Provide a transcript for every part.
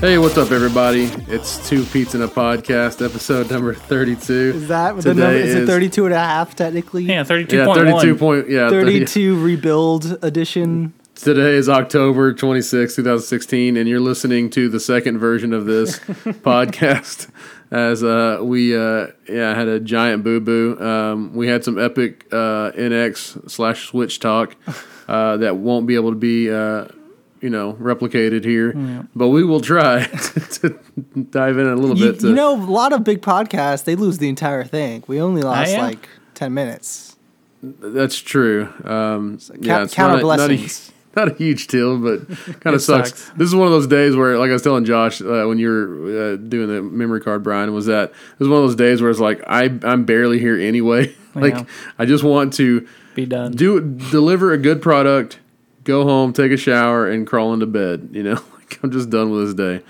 Hey, what's up, everybody? It's Two Pete's in a Podcast, episode number 32. Is that the number? Is, it 32 and a half technically? Yeah, thirty-two Yeah, point one. 32 point. Yeah, 32 rebuild edition. Today is October twenty sixth, 2016, and you're listening to the second version of this podcast. As uh, we uh, yeah had a giant boo boo. Um, we had some epic uh, NX slash Switch talk uh, that won't be able to be uh, you know replicated here, but we will try to dive in a little You, bit. To, you know, a lot of big podcasts they lose the entire thing. We only lost yeah? like 10 minutes. that's true. Um, yeah, it's counter not a, not a- blessings. not a huge deal, but kind It of sucks. sucks. This is one of those days where, like I was telling Josh uh, when you were uh, doing the memory card, Brian, was that this is one of those days where it's like I I'm barely here anyway. like Yeah. I just want to Be done. do deliver a good product, go home, take a shower, and crawl into bed. You know, like I'm just done with this day.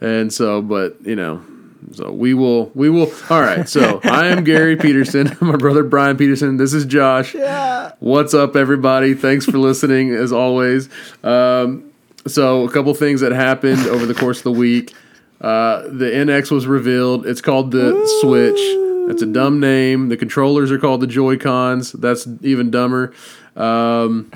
And so, but you know. So we will, we will. All right. So I am Gary Peterson, my brother Brian Peterson. This is Josh. Yeah. What's up, everybody? Thanks for listening, as always. Um, so, a couple things that happened over the course of the week. Uh, the NX was revealed. It's called the Switch. That's a dumb name. The controllers are called the Joy Cons. That's even dumber. Um,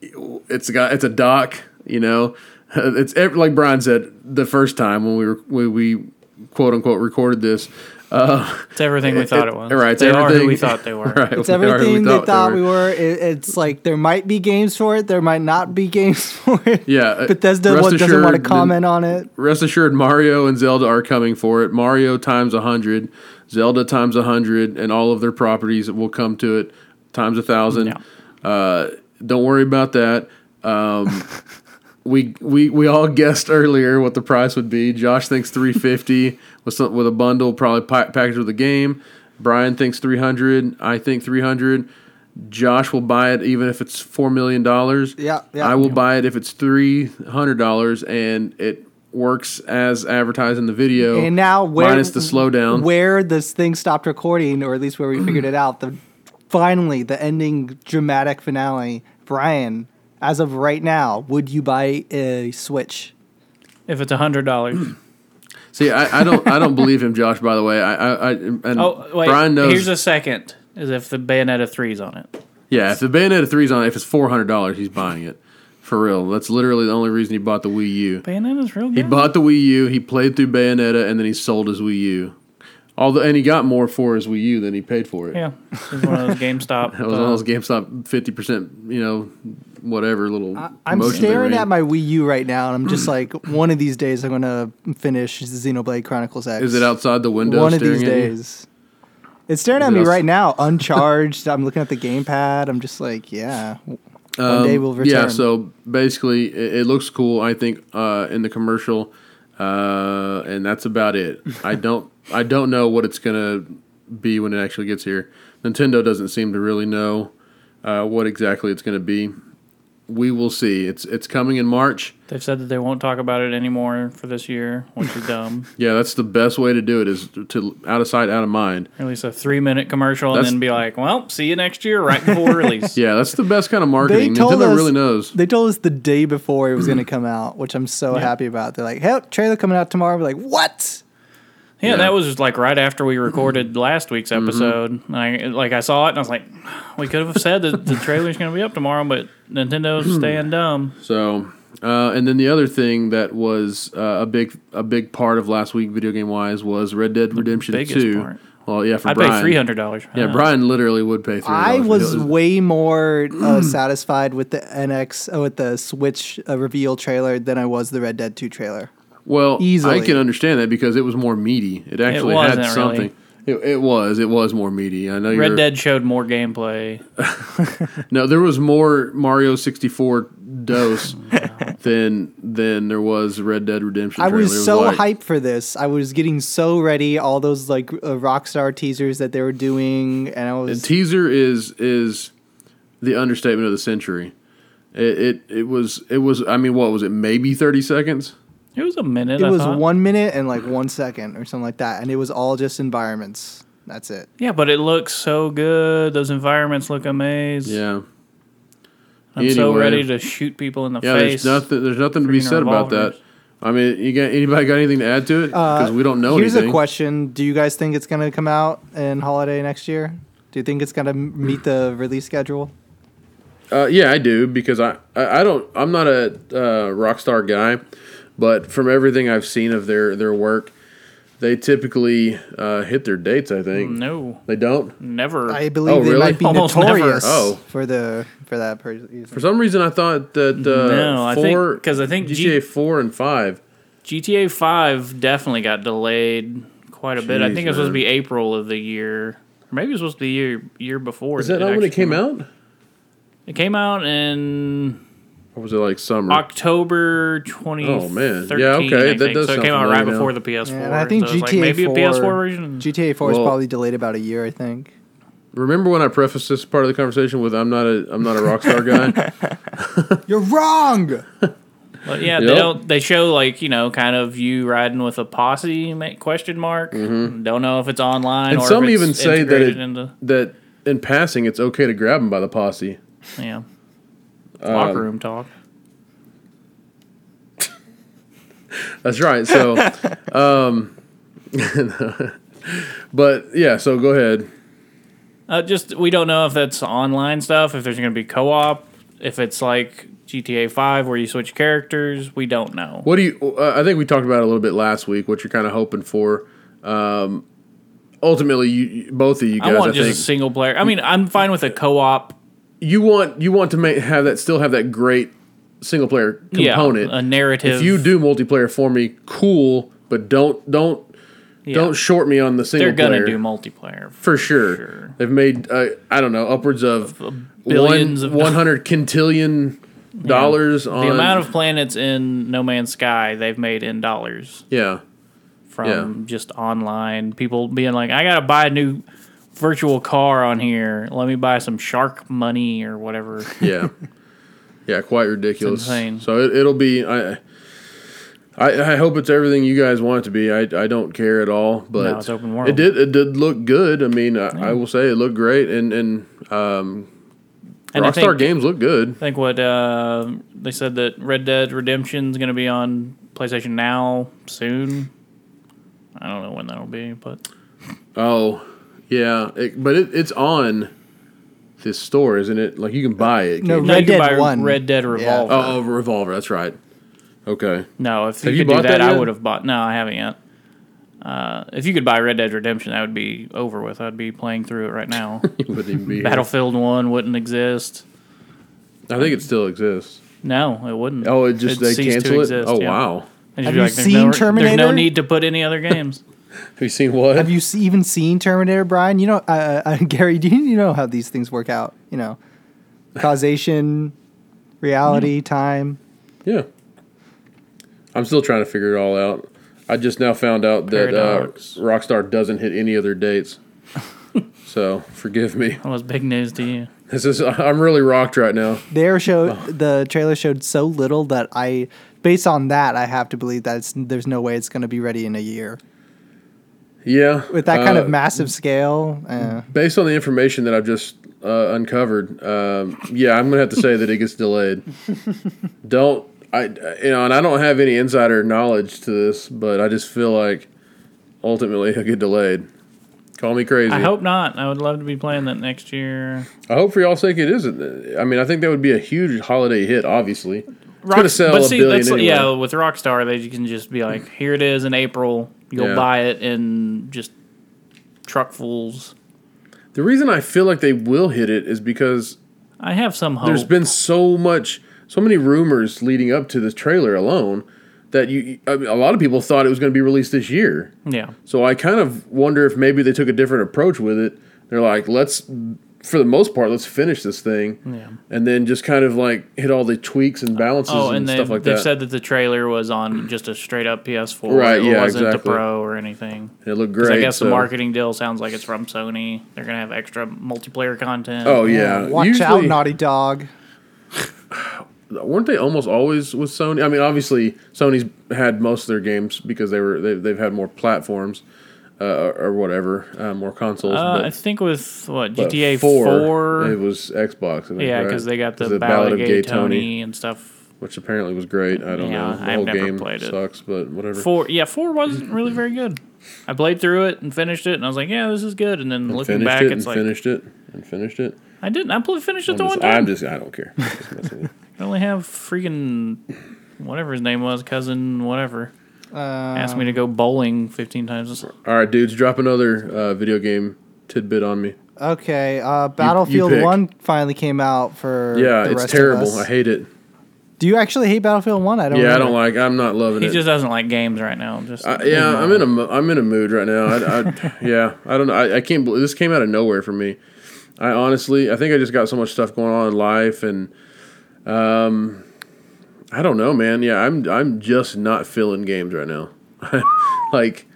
it's got it's a dock. You know, it's ev- like Brian said the first time when we were when we quote unquote recorded this. Uh, It's everything we thought it, was. Right, it's they everything are who we thought they were. Right, It's we are who we everything they thought were. we were. It, it's like there might be games for it, there might not be games for it. Yeah, uh, Bethesda rest what, doesn't want to assured, comment on it. Rest assured, Mario and Zelda are coming for it. Mario times hundred, Zelda times hundred, and all of their properties will come to it times a thousand. Uh, don't worry about that. Um, we we we all guessed earlier what the price would be. Josh thinks three fifty with some, with a bundle, probably pa- packaged with a game. Brian thinks three hundred. I think three hundred. Josh will buy it even if it's four million dollars. Yeah, yeah. I will buy it if it's three hundred dollars and it works as advertised in the video. And now where minus the slowdown. where this thing stopped recording, or at least where we figured it out, the finally the ending dramatic finale. Brian, as of right now, would you buy a Switch? If it's a hundred dollars. Mm-hmm. See, I, I don't I don't believe him, Josh. By the way, I I, I and Oh wait. Brian knows. Here's a second. Is if the Bayonetta three's on it. yeah, if the Bayonetta three's on, it, if it's four hundred dollars, he's buying it for real. That's literally the only reason he bought the Wii U. Bayonetta's real good. He bought the Wii U. He played through Bayonetta, and then he sold his Wii U. Although, and he got more for his Wii U than he paid for it. yeah. It's one of those GameStop. It was one uh, of those GameStop fifty percent, you know, whatever little. I'm promotions they staring ran. at my Wii U right now, and I'm just like, one of these days I'm gonna finish Xenoblade Chronicles X. Is it outside the window? One of staring these at you? days. It's staring Is at it me outs- right now, uncharged. I'm looking at the gamepad. I'm just like, yeah. One day Um, we'll return. Yeah, so basically, it, it looks cool. I think uh, in the commercial, uh, and that's about it. I don't, I don't know what it's gonna be when it actually gets here. Nintendo doesn't seem to really know uh, what exactly it's gonna be. We will see. It's it's coming in March. They've said that they won't talk about it anymore for this year, which is dumb. Yeah, that's the best way to do it is to out of sight, out of mind. Release a three minute commercial That's- and then be like, Well, see you next year right before release. Yeah, that's the best kind of marketing. They told Nintendo us- really knows. They told us the day before it was going to come out, which I'm so Yeah. happy about. They're like, "Hey, trailer coming out tomorrow." We're like, "What?" Yeah, Yeah. Mm-hmm. that was just like right after we recorded last week's episode. And I like I saw it and I was like, we could have said that the trailer's going to be up tomorrow, but Mm-hmm. Nintendo's staying dumb. So, uh, and then the other thing that was uh, a big a big part of last week, video game wise, was Red Dead Redemption biggest Two. part. Well, yeah, for I'd Brian. pay three hundred dollars. Yeah, Brian literally would pay three. I was way more uh, satisfied with the NX uh, with the Switch uh, reveal trailer than I was the Red Dead 2 trailer. well. easily. I can understand that because it was more meaty. It actually had wasn't really. something. It, it was. It was more meaty. I know. Red you're, Dead showed more gameplay. No, there was more Mario sixty four dose than than there was Red Dead Redemption. I trailer. It was so like- hyped for this. I was getting so ready. All those like uh, Rockstar teasers that they were doing, and I The was teaser is is the understatement of the century. It, it it was it was I mean what was it maybe thirty seconds? It was a minute. it I was thought. one minute and like one second or something like that, and it was all just environments. That's it. Yeah, but it looks so good. Those environments look amazing. Yeah, I'm so anyway. ready to shoot people in the yeah. face. There's nothing there's nothing to be Freaking said about that. revolvers. I mean, you got anybody got anything to add to it? Because we don't know Uh, Here's anything. a question: Do you guys think it's going to come out in holiday next year? Do you think it's going to meet the release schedule? Uh, yeah, I do because I, I, I don't I'm not a uh, rock star guy, but from everything I've seen of their their work, they typically uh, hit their dates. I think No, they don't. never. I believe Oh, really? they might be Almost never. notorious Oh. for the for that per- reason. For some reason, I thought that uh, No, I think- four 'cause I think G- GTA four and five. GTA Five definitely got delayed quite a bit. I Jeez, think it was supposed to man. be April of the year, or maybe it was supposed to be year year before. Is that not when actually it came out? It came out in Or was it like summer? October 2013. Mm. Oh, man. Yeah, okay, I that does think. so. It sound came out right familiar now. before the PS4. Yeah, and I think so GTA it's like maybe 4, a PS4 version. GTA 4 Well- is probably delayed about a year, I think. Remember when I prefaced this part of the conversation with "I'm not a I'm not a rock star guy." You're wrong. But yeah, Yep. they don't. They show like you know, kind of you riding with a posse? ma- Question mark. Don't know if it's online. Mm-hmm. And or some if it's even say that integrated it- into, that in passing, it's okay to grab him by the posse. yeah, Uh, locker room talk. That's right. So, um, but yeah. So go ahead. Uh, just we don't know if that's online stuff. If there's going to be co-op. If it's like GTA Five where you switch characters. We don't know. What do you? Uh, I think we talked about it a little bit last week. What you're kind of hoping for. Um, ultimately, you- you both of you guys, I I, want just think a single player. I mean, I'm fine with a co-op. you want you want to make have that still have that great single player component. Yeah, a narrative. if you do multiplayer for me, cool. But don't don't yeah. don't short me on the single They're gonna player. do multiplayer. for sure. sure. They've made uh, I don't know upwards of billions one, of one hundred quintillion dollars on The amount of planets in No Man's Sky they've made in dollars. yeah from just online people being like, I gotta buy a new virtual car on here. Let me buy some shark money or whatever. yeah yeah quite ridiculous. insane. So it, it'll be I. I, I hope it's everything you guys want it to be. I, I don't care at all, but No, it's open world. it did it did look good. I mean, I, I will say it looked great, and and um, And I Rockstar think, games look good. I think what uh, they said that Red Dead Redemption's gonna be on PlayStation Now soon. I don't know when that'll be, but Oh, yeah, it, but it, it's on this store, isn't it? Like you can buy it. No, can't you? no, Oh, Red you can Dead buy 1. Red Dead Revolver. Oh, oh, revolver. That's right. Okay. No, if you Have could you do bought that, that I yet? would have bought. No, I haven't yet. Uh, if you could buy Red Dead Redemption, that would be over with. I'd be playing through it right now. You wouldn't even be here. Battlefield One wouldn't exist. I think it still exists. No, it wouldn't. Oh, it just It'd they cease to cancel it. exist, oh yeah. wow. And Have you'd be you there's seen no, There's no Terminator? need to put any other games. Have you seen what? Have you s- even seen Terminator, Brian? You know, uh, uh, Gary, do you know how these things work out? You know, causation, reality, time. yeah. I'm still trying to figure it all out. I just now found out that uh, Paradox. Rockstar doesn't hit any other dates. so forgive me. That was big news to you. This is I'm really rocked right now. There showed the trailer showed so little that I, based on that, I have to believe that it's, there's no way it's going to be ready in a year Yeah. with that kind uh, of massive scale. Uh, based on the information that I've just uh, uncovered, um, yeah, I'm gonna have to say that it gets delayed. don't I? You know, and I don't have any insider knowledge to this, but I just feel like ultimately it'll get delayed. Call me crazy. I hope not. I would love to be playing that next year. I hope for y'all's sake it isn't. I mean, I think that would be a huge holiday hit. Obviously, it's Rock- gonna sell but a see, billion that's- anyway. Yeah, with Rockstar, they you can just be like, here it is in April. You'll Yeah. buy it in just truckfuls. The reason I feel like they will hit it is because I have some hope. There's been so much, so many rumors leading up to this trailer alone that you, I mean, a lot of people thought it was going to be released this year. yeah. So I kind of wonder if maybe they took a different approach with it. They're like, let's, for the most part, let's finish this thing, Yeah. and then just kind of like hit all the tweaks and balances Oh, and, and, they, stuff like they've that. said that the trailer was on just a straight up PS4. Right, It yeah, wasn't exactly. a Pro or anything. it looked 'Cause great. I guess so- the marketing deal sounds like it's from Sony. They're gonna have extra multiplayer content. Oh yeah, watch out, Usually- Naughty Dog. weren't they almost always with Sony? I mean, obviously Sony's had most of their games because they were they, they've had more platforms uh, or, or whatever, uh, more consoles. Uh, but- I think with what but GTA Four, it was Xbox. I think, yeah, right? because they got the 'Cause Ballad of Gay Tony. and stuff. which apparently was great. I don't Yeah, know. The I've whole never game played it. sucks, but whatever. Four, yeah, four wasn't really very good. I played through it and finished it, and I was like, yeah, this is good. And then And looking finished back, it and it's like finished it and finished it. I didn't. I pl- finished it I'm the just, one time. I'm just I don't care. I'm just messing with you. I only have freaking whatever his name was, cousin, whatever. Uh, Asked Um, me to go bowling fifteen times. All right, dudes, drop another uh, video game tidbit on me. Okay, uh, Battlefield pick. One finally came out for Yeah, the it's rest terrible. Of I us. hate it. Do you actually hate Battlefield One? I don't. yeah, I remember. don't like. I'm not loving He it. just doesn't like games right now. Just I, yeah, I'm in a mo- I'm in a mood right now. I, I yeah, I don't know. I, I can't believe this came out of nowhere for me. I honestly, I think I just got so much stuff going on in life, and um, I don't know, man. Yeah, I'm I'm just not feeling games right now. like,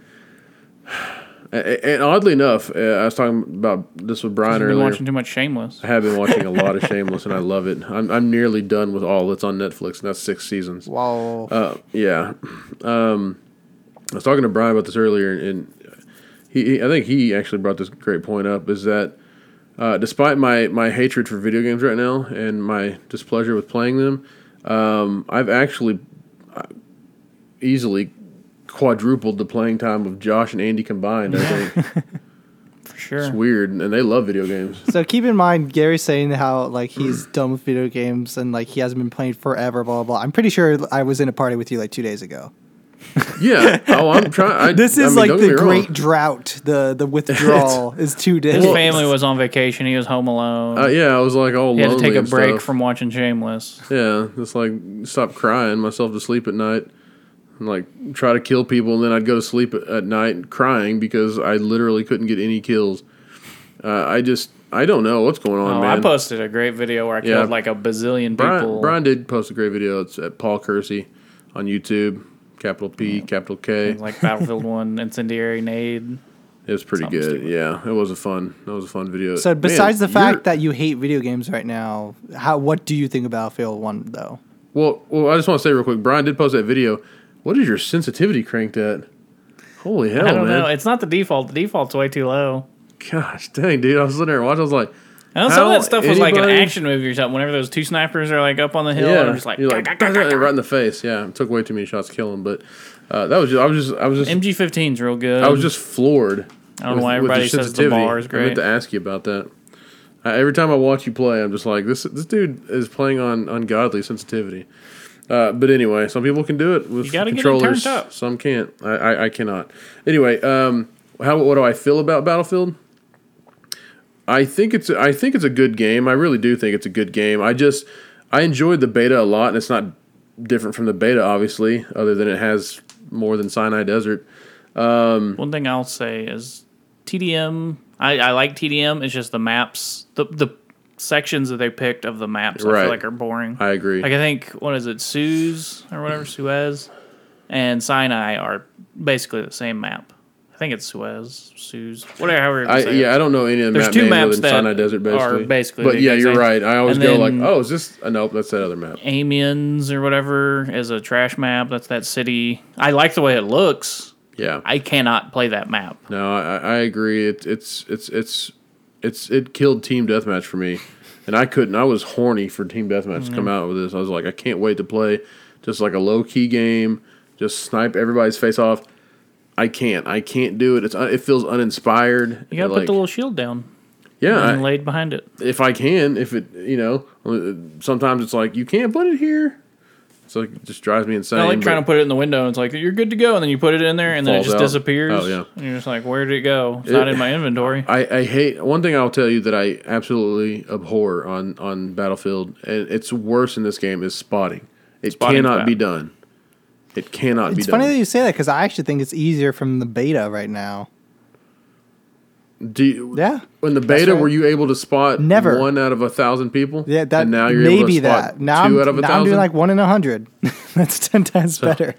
a- and oddly enough, uh, I was talking about this with Brian been earlier. watching too much Shameless. I have been watching a lot of Shameless, and I love it. I'm I'm nearly done with all that's on Netflix, and that's six seasons. Whoa. Uh, yeah. Um, I was talking to Brian about this earlier, and he, he- I think he actually brought this great point up is that uh, despite my, my hatred for video games right now and my displeasure with playing them, um, I've actually uh, easily quadrupled the playing time of Josh and Andy combined. I Yeah. think For sure. it's weird, and they love video games. so keep in mind, Gary's saying how like he's done with video games and like he hasn't been playing forever. Blah blah. blah. I'm pretty sure I was in a party with you like two days ago. Yeah. Oh, I'm trying. This is like the great Wrong. drought. The the withdrawal is two days. His family was on vacation. He was home alone. Uh, yeah, I was like all he had to lonely take a and break stuff. from watching Shameless. Yeah, just like stop crying myself to sleep at night, and like try to kill people, and then I'd go to sleep at- at night crying because I literally couldn't get any kills. Uh, I just I don't know what's going on, Oh, man. I posted a great video where I Yeah. killed like a bazillion Brian, people. Brian did post a great video. It's at Paul Kersey on YouTube. Capital P, capital K. Things like Battlefield One, Incendiary Nade. It was pretty Something good. stupid. Yeah, it was a fun. That was a fun video. So Man, besides the you're- fact that you hate video games right now, how what do you think of Battlefield One though? well, well, I just want to say real quick, Brian did post that video. What is your sensitivity cranked at? Holy hell, I don't man! know. It's not the default. The default's way too low. Gosh dang, dude! I was sitting there watching. I was like, I know some of How that stuff was like an anybody- action movie or something. Whenever those two snipers are like up on the hill, and yeah, I'm just like, you're like right in the face. Yeah, it took way too many shots to kill him. But uh, that was just, I was just I was just MG15's real good. I was just floored. Um, I don't know why everybody says the sensitivity. bar is I meant great. to ask you about that. I, every time I watch you play, I'm just like this. This dude is playing on ungodly sensitivity. Uh, but anyway, some people can do it with You gotta get it turned controllers. up. Some can't. I, I, I cannot. Anyway, um, how what do I feel about Battlefield? I think it's I think it's a good game. I really do think it's a good game. I just I enjoyed the beta a lot, and it's not different from the beta, obviously, other than it has more than Sinai Desert. One thing I'll say is TDM. I, I like TDM. It's just the maps, the the sections that they picked of the maps. I Right. feel like are boring. I agree. Mm. like I think what is it, Suez or whatever, Suez, and Sinai are basically the same map. I think it's Suez, Suez, whatever. However, you I, say it. yeah, I don't know any of the map There's two names other maps than that Sinai Desert, are basically. basically but the yeah, exact you're same. right. I always And go then- like, oh, is this? Uh, nope, that's that other map. Amiens or whatever is a trash map. That's that city. I like the way it looks. Yeah. I cannot play that map. no, I, I agree. It, it's it's it's it's it killed Team Deathmatch for me, and I couldn't. I was horny for Team Deathmatch to come Mm-hmm. out with this. I was like, I can't wait to play just like a low key game, just snipe everybody's face off. I can't. I can't do it. It's un- it feels uninspired. You gotta Like, put the little shield down yeah. and I- laid behind it. if I can, if it, you know, sometimes it's like you can't put it here. So it just drives me insane. I like but- trying to put it in the window and it's like you're good to go and then you put it in there and then it Falls just out. disappears. Oh, yeah. And you're just like, where did it go? It's It- not in my inventory. I, I hate one thing I'll tell you that I absolutely abhor on on Battlefield, and it's worse in this game is spotting. It Spotting's cannot bad. be done. It cannot It's be funny done. that you say that because I actually think it's easier from the beta right now. Do you, Yeah, In the beta, right. were you able to spot Never. one out of a thousand people? yeah. That and now you're able maybe to spot that now 2 I'm, out of a now I'm thousand. doing like one in a hundred. That's ten times better.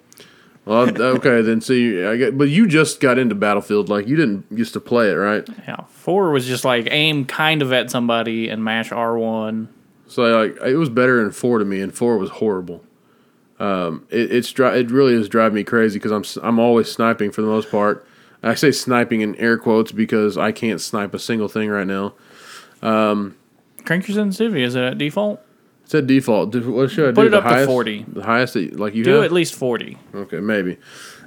well, okay, then see, I get, but you just got into Battlefield, like you didn't used to play it, right? yeah. Four was just like aim kind of at somebody and mash R one. So like it was better in four to me, and four was horrible. Um, it, it's dri- it really is driving me crazy because I'm s- I'm always sniping for the most part. I say sniping in air quotes because I can't snipe a single thing right now. Crank your sensitivity, is it at default? said default. Do- What should I Put do? it The up to highest- 40. The highest that, like you Do have? at least 40. Okay, maybe.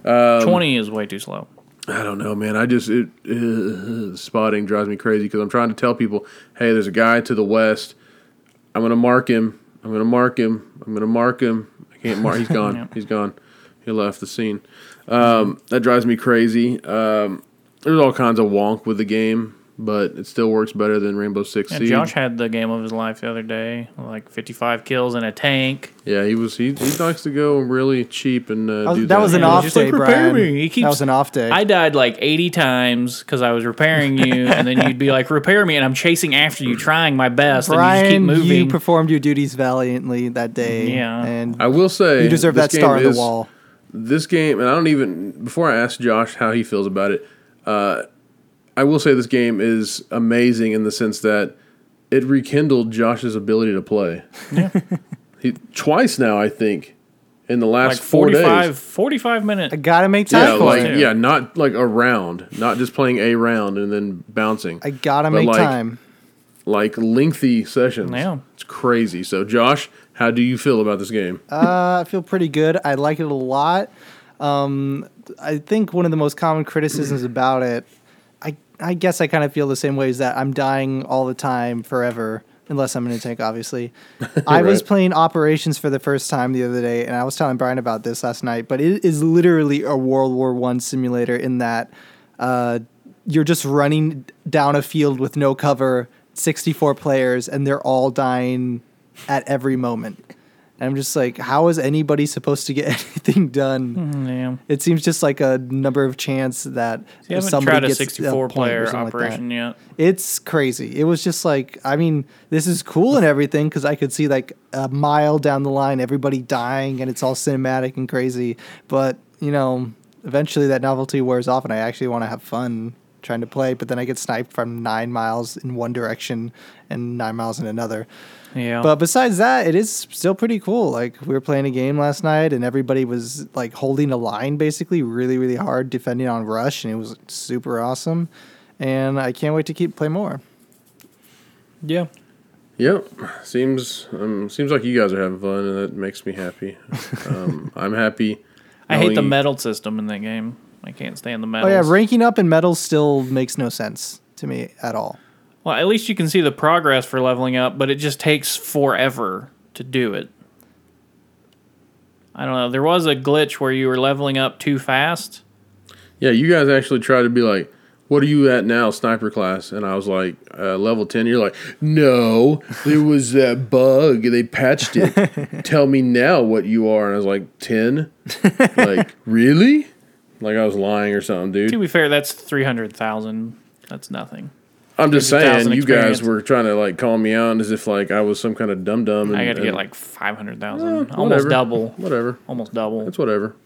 Um, 20 is way too slow. I don't know, man. I just it, uh, spotting drives me crazy because I'm trying to tell people, hey, there's a guy to the west. I'm gonna mark him. I'm gonna mark him. I'm gonna mark him. I can't mark. He's gone. He's gone. He left the scene. Um, that drives me crazy. Um, there's all kinds of wonk with the game, but it still works better than Rainbow Six And Siege. Josh had the game of his life the other day, like 55 kills in a tank. yeah, he was. He, he likes to go really cheap and uh, That was, do that was an Yeah, off just, day, like, prepare Brian. me. He keeps- that was an off day. I died like 80 times because I was repairing you, and then you'd be like, repair me, and I'm chasing after you, trying my best, Brian, and you just keep you moving. performed your duties valiantly that day. Yeah. and I will say you deserve this that star game on the is- wall. this game, and I don't even before I ask Josh how he feels about it. Uh, I will say this game is amazing in the sense that it rekindled Josh's ability to play. he, twice now, I think, in the like last four 45, days. 45 minutes. I gotta make time Yeah, for like it. too. yeah, not like a round, not just playing a round and then bouncing. I gotta But, make like, time. Like lengthy sessions. Yeah. It's crazy. So, Josh, how do you feel about this game? Uh, I feel pretty good. I like it a lot. Um, I think one of the most common criticisms about it, I I guess I kind of feel the same way is that I'm dying all the time forever unless I'm in a tank, obviously. I was Right. playing operations for the first time the other day, and I was telling Brian about this last night. But it is literally a World War One simulator in that uh, you're just running down a field with no cover, 64 players, and they're all dying at every moment. And I'm just like, how is anybody supposed to get anything done? Mm, yeah. It seems just like a number of chance that You if haven't somebody tried a gets a point or 64 player something like that. operation yet. It's crazy. It was just like, I mean, this is cool and everything because I could see like a mile down the line everybody dying and it's all cinematic and crazy. But, you know, eventually that novelty wears off and I actually want to have fun trying to play. But then I get sniped from nine miles in one direction and nine miles in another. Yeah. But besides that, it is still pretty cool. Like we were playing a game last night, and everybody was like holding a line basically, really, really hard, defending on rush, and it was super awesome. And I can't wait to keep play more. yeah. Yep, seems um, seems like you guys are having fun, and that makes me happy. Um, I'm happy. I hate the knowing- medal system in that game. I can't stand the Oh medals. yeah, ranking up in medals still makes no sense to me at all. Well, at least you can see the progress for leveling up, but it just takes forever to do it. I don't know. There was a glitch where you were leveling up too fast. Yeah, you guys actually tried to be like, "What are you at now, sniper class?" And I was like, uh, "Level 10." You're like, "No, there was that bug. They patched it. Tell me now what you are." And I was like, "10." like, really? Like I was lying or something, dude. To be fair, that's 300,000. That's nothing. I'm just 100,000 saying, you experience. guys were trying to like call me out as if like I was some kind of dum dum. I got to get like Eh, 500,000. almost double. Whatever. Almost double. It's whatever.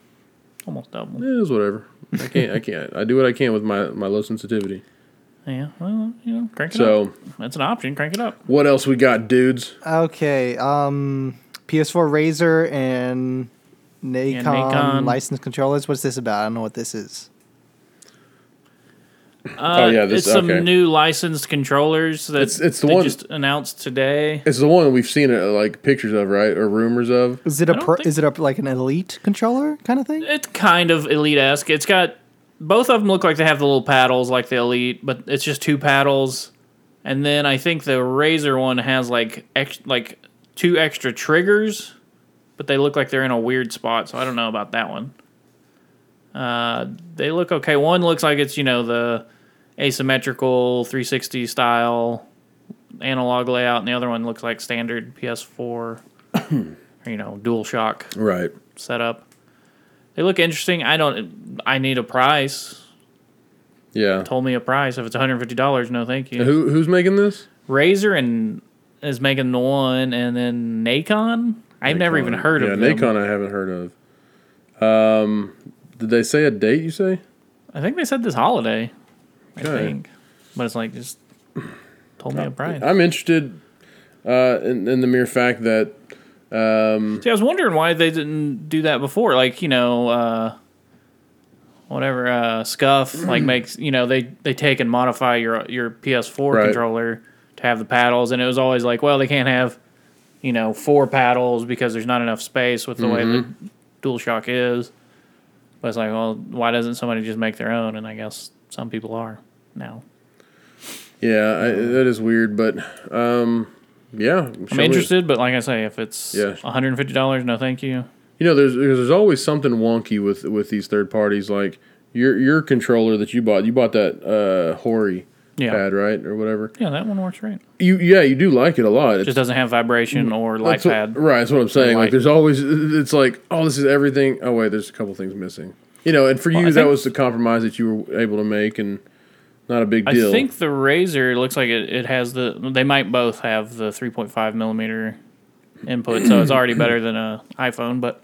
Almost double. It is whatever. I can't. I can't. I do what I can with my my low sensitivity. Yeah. Well, you know, crank it up. So That's an option. Crank it up. what else we got, dudes? Okay, um, PS4 Razor and Nacon, Nacon. licensed controllers. What's this about? I don't know what this is. Uh, Oh, yeah, this- it's some okay. new licensed controllers that It's- it's the they one- just announced today. It's the one we've seen uh, like pictures of, right, or rumors of. Is it a don't pro, think- is it a like an elite controller kind of thing? It's kind of elite esque. It's got both of them look like they have the little paddles like the elite, but it's just two paddles. And then I think the Razor one has like ex- like two extra triggers, but they look like they're in a weird spot. So I don't know about that one. Uh, they look okay. One looks like it's you know the asymmetrical 360 style analog layout, and the other one looks like standard PS4 or you know Dual Shock Right. setup. They look interesting. I don't. I need a price. Yeah. Told me a price. If it's one hundred fifty dollars, no, thank you. Who who's making this? Razor and is making the one, and then Nacon. I've never even heard Uh, yeah, of Yeah, them. Nikon. I haven't heard of. Um, did they say a date? You say? I think they said this holiday. I Okay. think, but it's like just told me a price. I'm interested. Uh, in, in the mere fact that See, I was wondering why they didn't do that before. Like, you know, uh, whatever uh, scuff like makes you know they they take and modify your your PS4 Right. controller to have the paddles, and it was always like, well, they can't have you know, four paddles because there's not enough space with the way the Mm-hmm. DualShock is. But it's like, well, why doesn't somebody just make their own? And I guess some people are now. Yeah, I, that is weird, but um, yeah, I'm interested, but like I say, if it's Yeah. $150, no thank you. You know, there's there's always something wonky with with these third parties. Like your your controller that you bought, you bought that uh, Hori Yeah. pad, right, or whatever. Yeah, that one works right. You yeah, you do like it a lot. It's Mm. Just doesn't have vibration or light That's what- pad. right, that's what I'm saying. Like, light. there's always it's like, oh, this is everything. Oh wait, there's a couple things missing. You know, and for you, I that think- was the compromise that you were able to make, and not a big I deal. think the Razer looks like it, it has the. They might both have the 3.5 millimeter input, so it's already better than a iPhone. But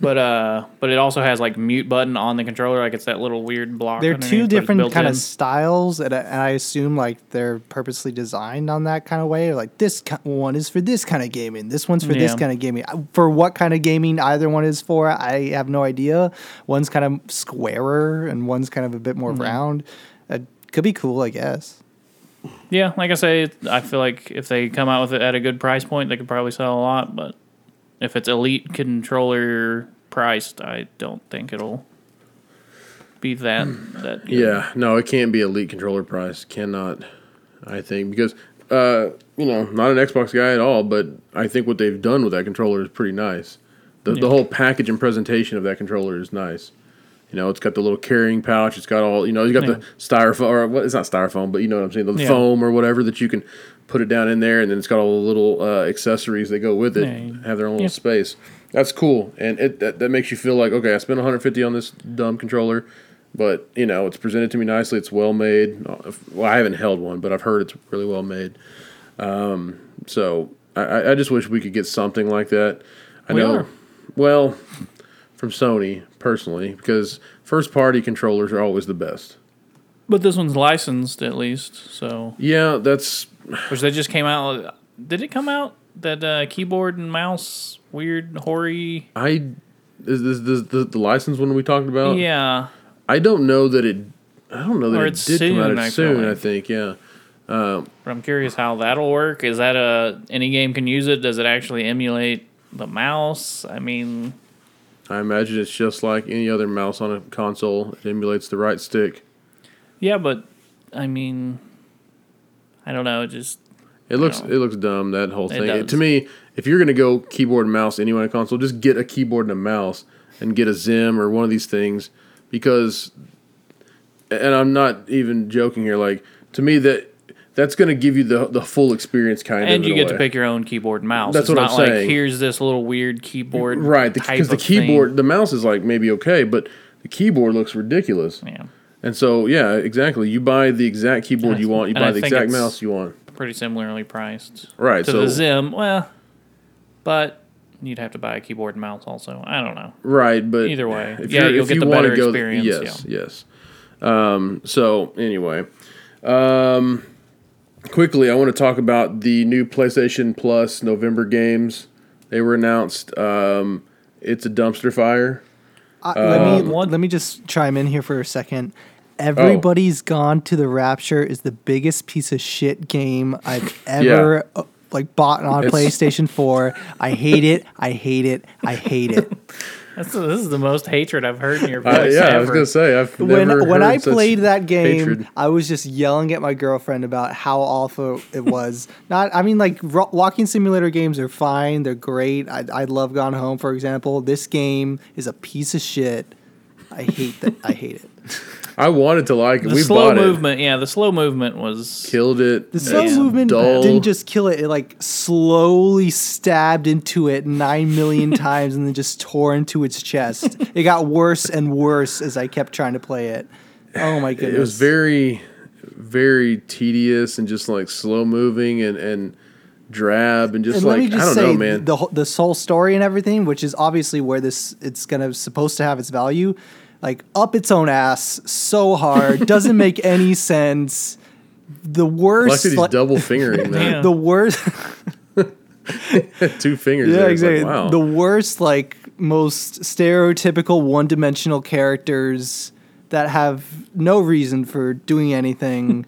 but uh, but it also has like mute button on the controller, like it's that little weird block. They're underneath, two but it's different built kind in. of styles, and I, and I assume like they're purposely designed on that kind of way. Like this ki- one is for this kind of gaming, this one's for this Yeah. kind of gaming. I- For what kind of gaming either one is for, I have no idea. One's kind of squarer, and one's kind of a bit more Mm-hmm. round. It could be cool, I guess. Yeah, like I say, I feel like if they come out with it at a good price point, they could probably sell a lot. But if it's elite controller priced, I don't think it'll be that that. Good. Yeah, no, it can't be elite controller price. Cannot, I think, because uh, you know, not an Xbox guy at all, but I think what they've done with that controller is pretty nice. The the whole package and presentation of that controller is nice. You know, it's got the little carrying pouch. It's got all you know. It's got the styrofoam, or what? It's not styrofoam, but you know what I'm saying. The Yeah. foam or whatever that you can put it down in there, and then it's got all the little uh, accessories that go with it. Yeah. Have their own little space. That's cool, and it that, that makes you feel like okay, I spent 150 on this dumb controller, but you know it's presented to me nicely. It's well made. Uh, if- Well, I haven't held one, but I've heard it's really well made. Um, so I- I, I just wish we could get something like that. I We know. are. Well, from Sony personally, because first party controllers are always the best. But this one's licensed at least, so Yeah, that's Which they just came out. Did it come out that uh, keyboard and mouse weird hoary? I. Is this, this the, the license one we talked about? yeah, I don't know that it. I don't know that Or it it's did come out soon, it's I feel soon. I like. think yeah. but I'm curious how that'll work. Is that a any game can use it? Does it actually emulate the mouse? I mean, I imagine it's just like any other mouse on a console. It emulates the right stick. yeah, but I mean, I don't know. it Just It looks know. it looks dumb that whole It thing. does. to me, if you're gonna go keyboard and mouse anyway on a console, just get a keyboard and a mouse and get a Zim or one of these things because. And I'm not even joking here. Like to me that that's gonna give you the the full experience kind of. and in you a get way. to pick your own keyboard and mouse. That's it's what I'm not like saying. here's this little weird keyboard right type because the of thing. keyboard the mouse is like maybe okay, but the keyboard looks ridiculous. Yeah. And so, yeah, exactly. You buy the exact keyboard I you th- want. You and buy I the think exact it's- mouse you want. pretty similarly priced. Right, To so- the Zim, well, but you'd have to buy a keyboard and mouse also. I don't know. Right, but Either way. if Yeah, you're- you'll if get you the wanna better go- experience, Yes, yes. Um, so anyway, um, quickly, I want to talk about the new PlayStation Plus November games. They were announced. Um, it's a dumpster fire. I let me Um, what- let me just chime in here for a second. Oh. Everybody's Gone to the Rapture is the biggest piece of shit game I've ever uh, like bought on It's- PlayStation 4. I hate it. I hate it. I hate it. That's, this is the most hatred I've heard in your voice Uh, yeah, I was ever. gonna say I've never when when I heard such played that game, hatred. I was just yelling at my girlfriend about how awful it was. Not, I mean, like ro- walking simulator games are fine; they're great. I, I love Gone Home, for example. This game is a piece of shit. I hate that. I hate it. I wanted to like it. the we slow bought it, movement, yeah, the slow movement was. killed it. The slow It's movement dull. didn't just kill it; it like slowly stabbed into it nine million times, and then just tore into its chest. It got worse and worse as I kept trying to play it. Oh my goodness! it was very very tedious and just like slow moving and and drab and just and like let me just I don't say know man the whole- the soul story and everything, which is obviously where this it's gonna supposed to have its value, like up its own ass so hard doesn't make any sense. The worst, Lucky he's like- double fingering that Yeah. the worst, two fingers yeah, there. It's like, exactly. wow The worst, like most stereotypical one dimensional characters that have no reason for doing anything.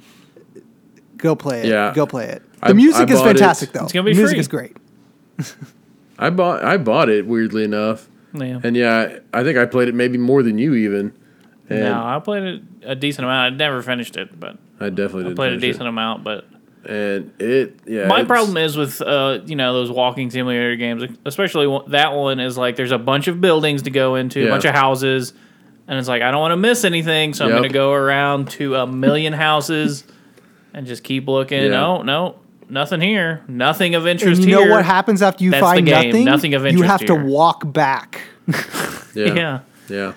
go play it. Yeah. Go play it. The I- music I is bought it. fantastic, though. It's gonna be music free. is great. I bought I bought it weirdly enough, Yeah. and yeah, I I think I played it maybe more than you even. And no, I played it a decent amount. I never finished it, but I definitely did. I played a decent amount. But and it yeah. my it's- problem is with uh, you know those walking simulator games, especially one- that one is like there's a bunch of buildings to go into, Yeah. a bunch of houses, and it's like I don't want to miss anything, so I'm Yep. gonna go around to a million houses and just keep looking. Yeah. No, no, nothing here. Nothing of And interest you know here. what happens after you That's the find game. nothing? Nothing of You interest have to here. walk back. Yeah, yeah, yeah.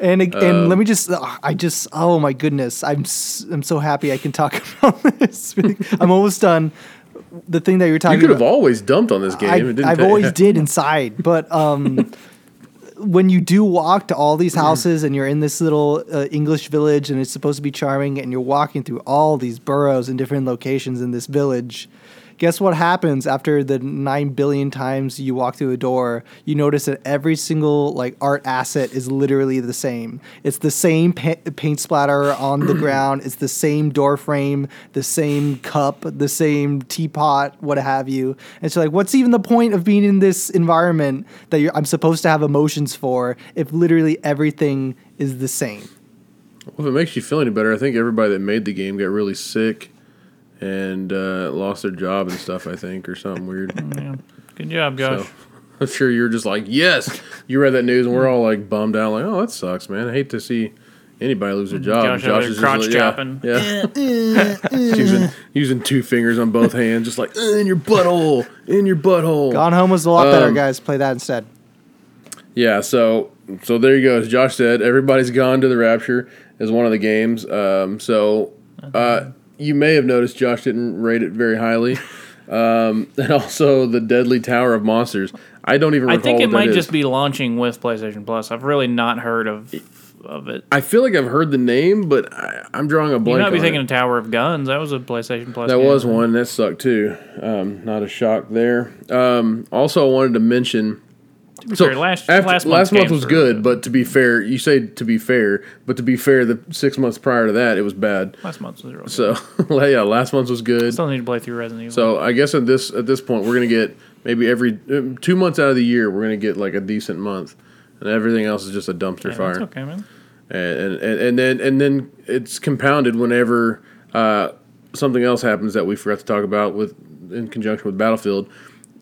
And ag- Uh, and let me just ugh, I just oh my goodness I'm s- I'm so happy I can talk about this. I'm almost done. The thing that you're You talking could have about, always dumped on this game. I, it didn't I've pay- always did inside, but um, when you do walk to all these houses and you're in this little uh, English village and it's supposed to be charming and you're walking through all these boroughs and different locations in this village. Guess what happens after the 9 billion times you walk through a door? You notice that every single like art asset is literally the same. It's the same pa- paint splatter on the ground, it's the same door frame, the same cup, the same teapot, what have you. And so like what's even the point of being in this environment that you're, I'm supposed to have emotions for if literally everything is the same? Well, if it makes you feel any better, I think everybody that made the game got really sick and uh, lost their job and stuff. I think or something weird. yeah. Good job, Josh. so, I'm sure you're just like, yes, you read that news, and we're all like bummed out, like, oh, that sucks, man. I hate to see anybody lose their job. Mm-hmm. Josh over there is just crotch like, chopping. Yeah, yeah. using using two fingers on both hands, just like "Uh, in your butthole, in your butthole. Gone Home was a lot better, Um, guys. Play that instead. Yeah, so so there you go. As Josh said, everybody's gone to the Rapture is one of the games. Um, so uh, you may have noticed Josh didn't rate it very highly, um, and also the Deadly Tower of Monsters. I don't even. I Recall think it what that might is. just be launching with PlayStation Plus. I've really not heard of of it. I feel like I've heard the name, but I, I'm drawing a You blank. might be on thinking it. of Tower of Guns. That was a PlayStation Plus. That game. was one that sucked too. Um, not a shock there. Um, also, I wanted to mention. So fair, last- after- last month's month games was were good, good. but to be fair, you say to be fair, but to be fair, the six months prior to that, it was bad. last month. Was real so So yeah, last month was good. still need to play through Resident Evil. So I guess at this at this point, we're gonna get maybe every um, two months out of the year, we're gonna get like a decent month, and everything else is just a dumpster Yeah, fire That's okay, man. and, and and then and then it's compounded whenever uh, something else happens that we forgot to talk about with in conjunction with Battlefield.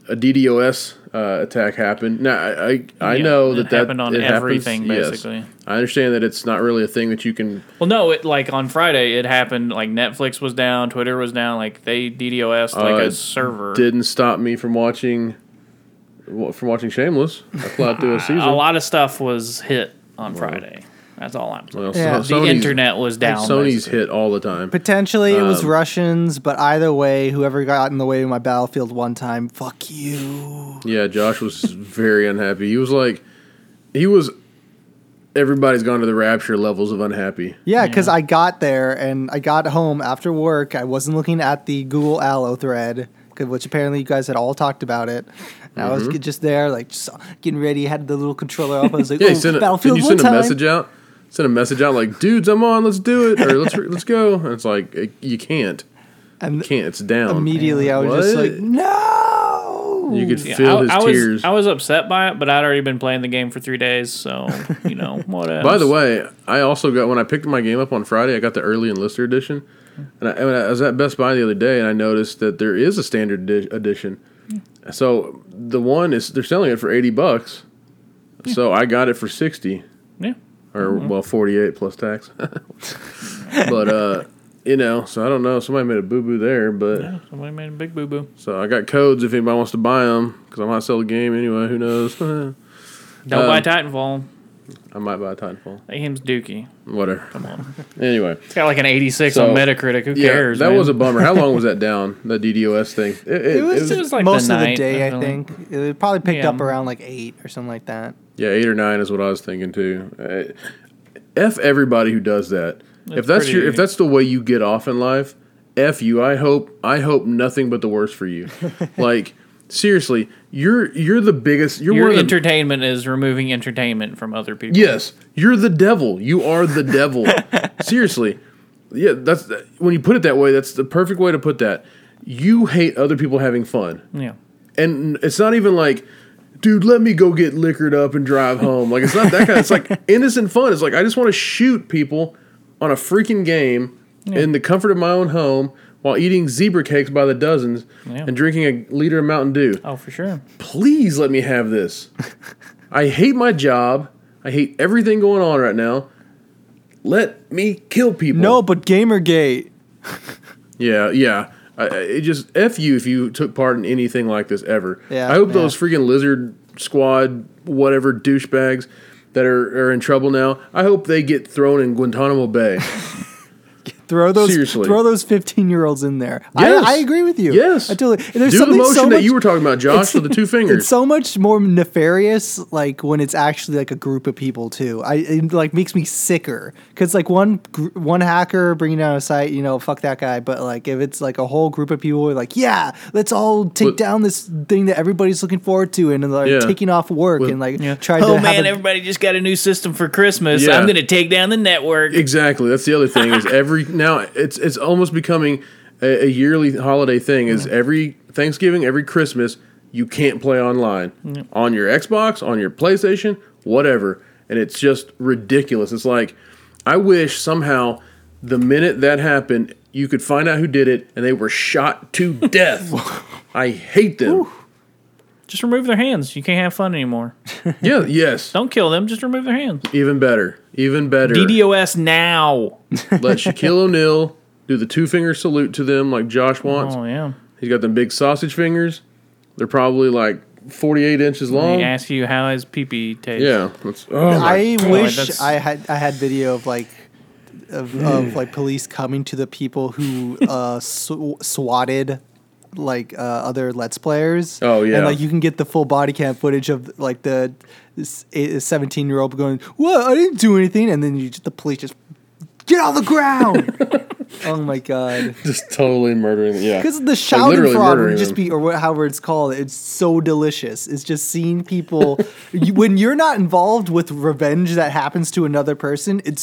A DDoS uh, attack happened. Now I I, I Yeah, know it that that happened on happens, everything, yes. basically. I understand that it's not really a thing that you can. Well, no, it like on Friday it happened. Like Netflix was down, Twitter was down. Like they DDoS Uh, like a it server. Didn't stop me from watching from watching Shameless. I plowed through a season. a lot of stuff was hit on Friday. That's all I'm saying. Well, Yeah, so- the Sony's- internet was down. Sony's basically. hit all the time. Potentially it was Russians, but either way, whoever got in the way of my battlefield one time, fuck you. Yeah, Josh was very unhappy. He was like, he was. Everybody's gone to the rapture levels of unhappy. Yeah, because I got there and I got home after work. I wasn't looking at the Google Allo thread, 'cause- which apparently you guys had all talked about it. And I was Mm-hmm. g- just there, like just getting ready. Had the little controller up. I was like, Yeah, oh, he sent a, did Battlefield you one send a time. message out? Send a message out like, dudes, I'm on. Let's do it, or let's let's go. And it's like it, you can't, and can't. It's down. immediately I was just Oh, What? like, no. you could Yeah, feel his I, I was, tears. I was upset by it, but I'd already been playing the game for three days, so you know what. Else? By the way, I also got when I picked my game up on Friday, I got the early enlister edition, and I, and I was at Best Buy the other day, and I noticed that there is a standard edi- edition. Mm. So the one is they're selling it for eighty bucks, so I got it for sixty yeah, or Mm-hmm. well forty eight plus tax. but uh, you know, so I don't know. Somebody made a boo boo there, but yeah, somebody made a big boo boo. so I got codes if anybody wants to buy them because I might sell the game anyway. Who knows? Don't Um, buy Titanfall. I might buy Titanfall. That game's Dookie. Whatever. Come on. Anyway. It's got like an 86 So, on Metacritic. Who cares? that man? was a bummer. How long was that down? That DDoS thing. It, it- It was, it was- like the most of the night, day, I I, feel like. think. It probably picked Yeah. up around like eight or something like that. yeah, eight or nine is what I was thinking too. Uh, F everybody who does that. if It's that's your, pretty- if that's the way you get off in life, f you. I hope I hope nothing but the worst for you. like seriously, you're you're the biggest. You're Your one of the, entertainment is removing entertainment from other people. Yes, you're the devil. You are the devil. Seriously. Yeah, that's when you put it that way, that's the perfect way to put that. You hate other people having fun. Yeah. and it's not even like, dude, let me go get liquored up and drive home. Like it's not that kind. It's like innocent fun. It's like I just want to shoot people on a freaking game in the comfort of my own home while eating zebra cakes by the dozens Yeah. and drinking a liter of Mountain Dew Oh, for sure. please let me have this. I hate my job. I hate everything going on right now. Let me kill people. No, but Gamergate. Yeah, yeah. I, I- it just f you if you took part in anything like this ever. Yeah, I hope yeah. those freaking lizard squad, whatever douchebags that are, are in trouble now. I hope they get thrown in Guantanamo Bay. Throw those Seriously. throw those fifteen year olds in there. Yes. I, I agree with you. Yes, I totally. and There's Do the something motion so that much- you were talking about, Josh, with the two It's fingers. so much more nefarious, like when it's actually like a group of people too. I it, like makes me sicker because like one gr- one hacker bringing down a site, you know, fuck that guy. But like if it's like a whole group of people, who are like yeah, let's all take With- down this thing that everybody's looking forward to and like Yeah. taking off work With- and like Yeah. trying oh to man, have a, everybody just got a new system for Christmas. Yeah. I'm gonna take down the network. Exactly. That's the other thing is every now it's it's almost becoming a, a yearly holiday thing. Is every Thanksgiving, every Christmas, you can't play online on your Xbox, on your PlayStation, whatever, and it's just ridiculous. It's like I wish somehow the minute that happened, you could find out who did it and they were shot to death. I hate them. Just remove their hands. You can't have fun anymore. Yeah. Yes. Don't kill them. Just remove their hands. Even better. Even better. DDoS now. Let Shaquille O'Neal do the two finger salute to them like Josh wants. Oh yeah. He's got them big sausage fingers. They're probably like 48 inches long. They Yeah. ask you how his pee pee tastes. that's- oh my- I God, wish that's- I had I had video of like of, of like police coming to the people who uh sw- swatted like uh, other let's players. Oh, yeah. and like you can get the full body cam footage of like the seventeen year old going, "What? I didn't do anything," and then you just, the police just get on the ground. oh my god. just totally murdering. them, Yeah. Because the Like, shouting literally fraud would murdering just them. be, or what, however it's called, it's so delicious. It's just seeing people you, when you're not involved with revenge that happens to another person. It's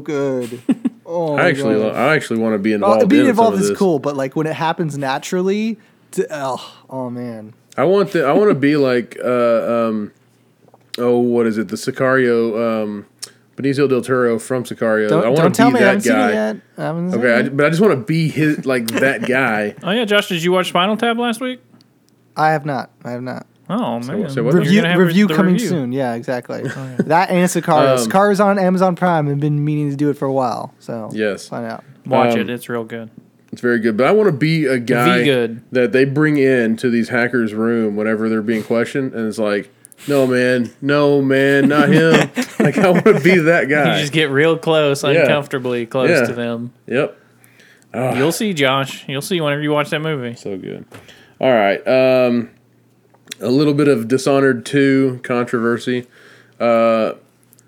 good. Oh, my I actually, God. lo- I actually want to be Well, involved. Uh, being in involved some of is this. cool, but like when it happens naturally, to, oh, oh man, I want the, I want to be like, uh, um, oh, what is it? The Sicario, um, Benicio del Toro from Sicario. I don't, want don't to tell be me I that haven't seen it guy. yet. I haven't seen Okay, I, it. but I just want to be his like that guy. Oh yeah, Josh, did you watch Spinal Tap last week? I have not. I have not. Oh man. so what- You're Review, gonna have review the coming review. soon. Yeah, exactly. That and Sicario. Oh, Um, Sicario's on Amazon Prime. I've been meaning to do it for a while, so Yes. find out. Watch Um, it. It's real good. It's very good, but I want to be a guy good. that they bring in to these hackers' room whenever they're being questioned, and it's like, no man, no man, not him. like I want to be that You guy. just get real close, Yeah. uncomfortably close Yeah. to them. yep, You'll see, Josh. You'll see whenever you watch that movie. so good. All right, um, a little bit of Dishonored two controversy. Uh,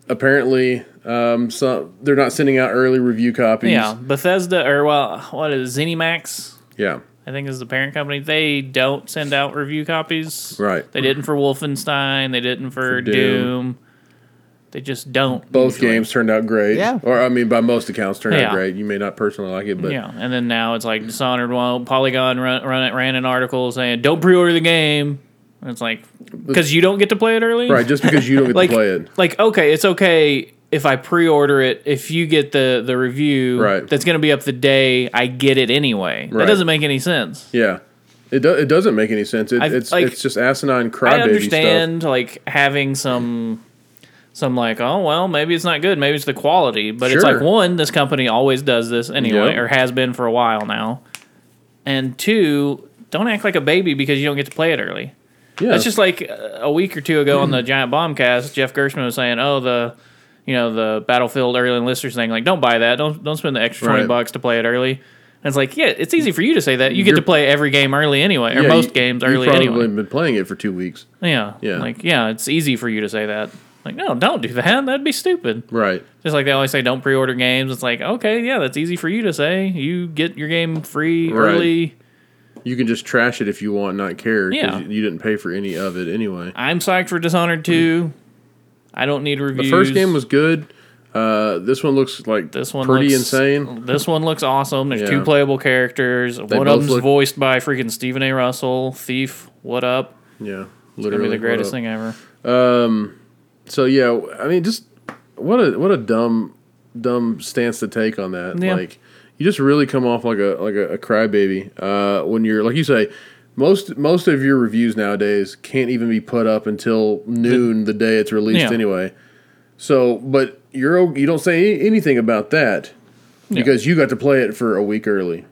apparently, um, some they're not sending out early review copies. Yeah, Bethesda or well, what is it, ZeniMax? yeah, I think is the parent company. They don't send out review copies. right. They didn't for Wolfenstein. They didn't for, Doom. Doom. They just don't. Both usually. games turned out great. Yeah. or I mean, by most accounts, turned out Yeah. great. You may not personally like it, but Yeah, and then now it's like Dishonored. Well, Polygon run, run ran an article saying don't pre-order the game. And it's like because you don't get to play it early, right, just because you don't get Like, to play it. like okay, it's okay if I pre-order it. If you get the the review Right. that's going to be up the day I get it anyway. Right. That doesn't make any sense. Yeah, it do- it doesn't make any sense. It, I've- it's like, it's just asinine I crybaby stuff. understand like having some some like oh well maybe it's not good maybe it's the quality but it's Sure. like one this company always does this anyway Yep. or has been for a while now and two don't act like a baby because you don't get to play it early Yeah, that's just like uh, a week or two ago on the giant bombcast jeff gershman was saying oh the you know the battlefield early enlisters thing like don't buy that don't don't spend the extra 20 Right. bucks to play it early and it's like yeah it's easy for you to say that you get You're- to play every game early anyway or Yeah, most you- games you've early probably anyway been playing it for two weeks. yeah. Yeah. Like, yeah, it's easy for you to say that. Like, no, don't do that. That'd be stupid. Right. Just like they always say, don't pre order games. It's like, okay, yeah, that's easy for you to say. You get your game free Right. early. You can just trash it if you want, not care. 'cause Yeah. You, you didn't pay for any of it anyway. I'm psyched for Dishonored 2. I don't need Mm. The reviews. first game was good. Uh, this one looks like this one pretty looks, insane. This one looks awesome. There's Yeah. two playable characters. one both of them's look- voiced by freaking Stephen A. Russell, Thief. What up? Yeah, It's gonna literally be the what greatest up. thing ever. So yeah, I mean, just what a what a dumb dumb stance to take on that. Yeah. Like you just really come off like a like a, a crybaby uh, when you're like you say. Most most of your reviews nowadays can't even be put up until noon the day it's released Yeah. anyway. So, but you're o- you don't say any- anything about that because you got to play it for a week early.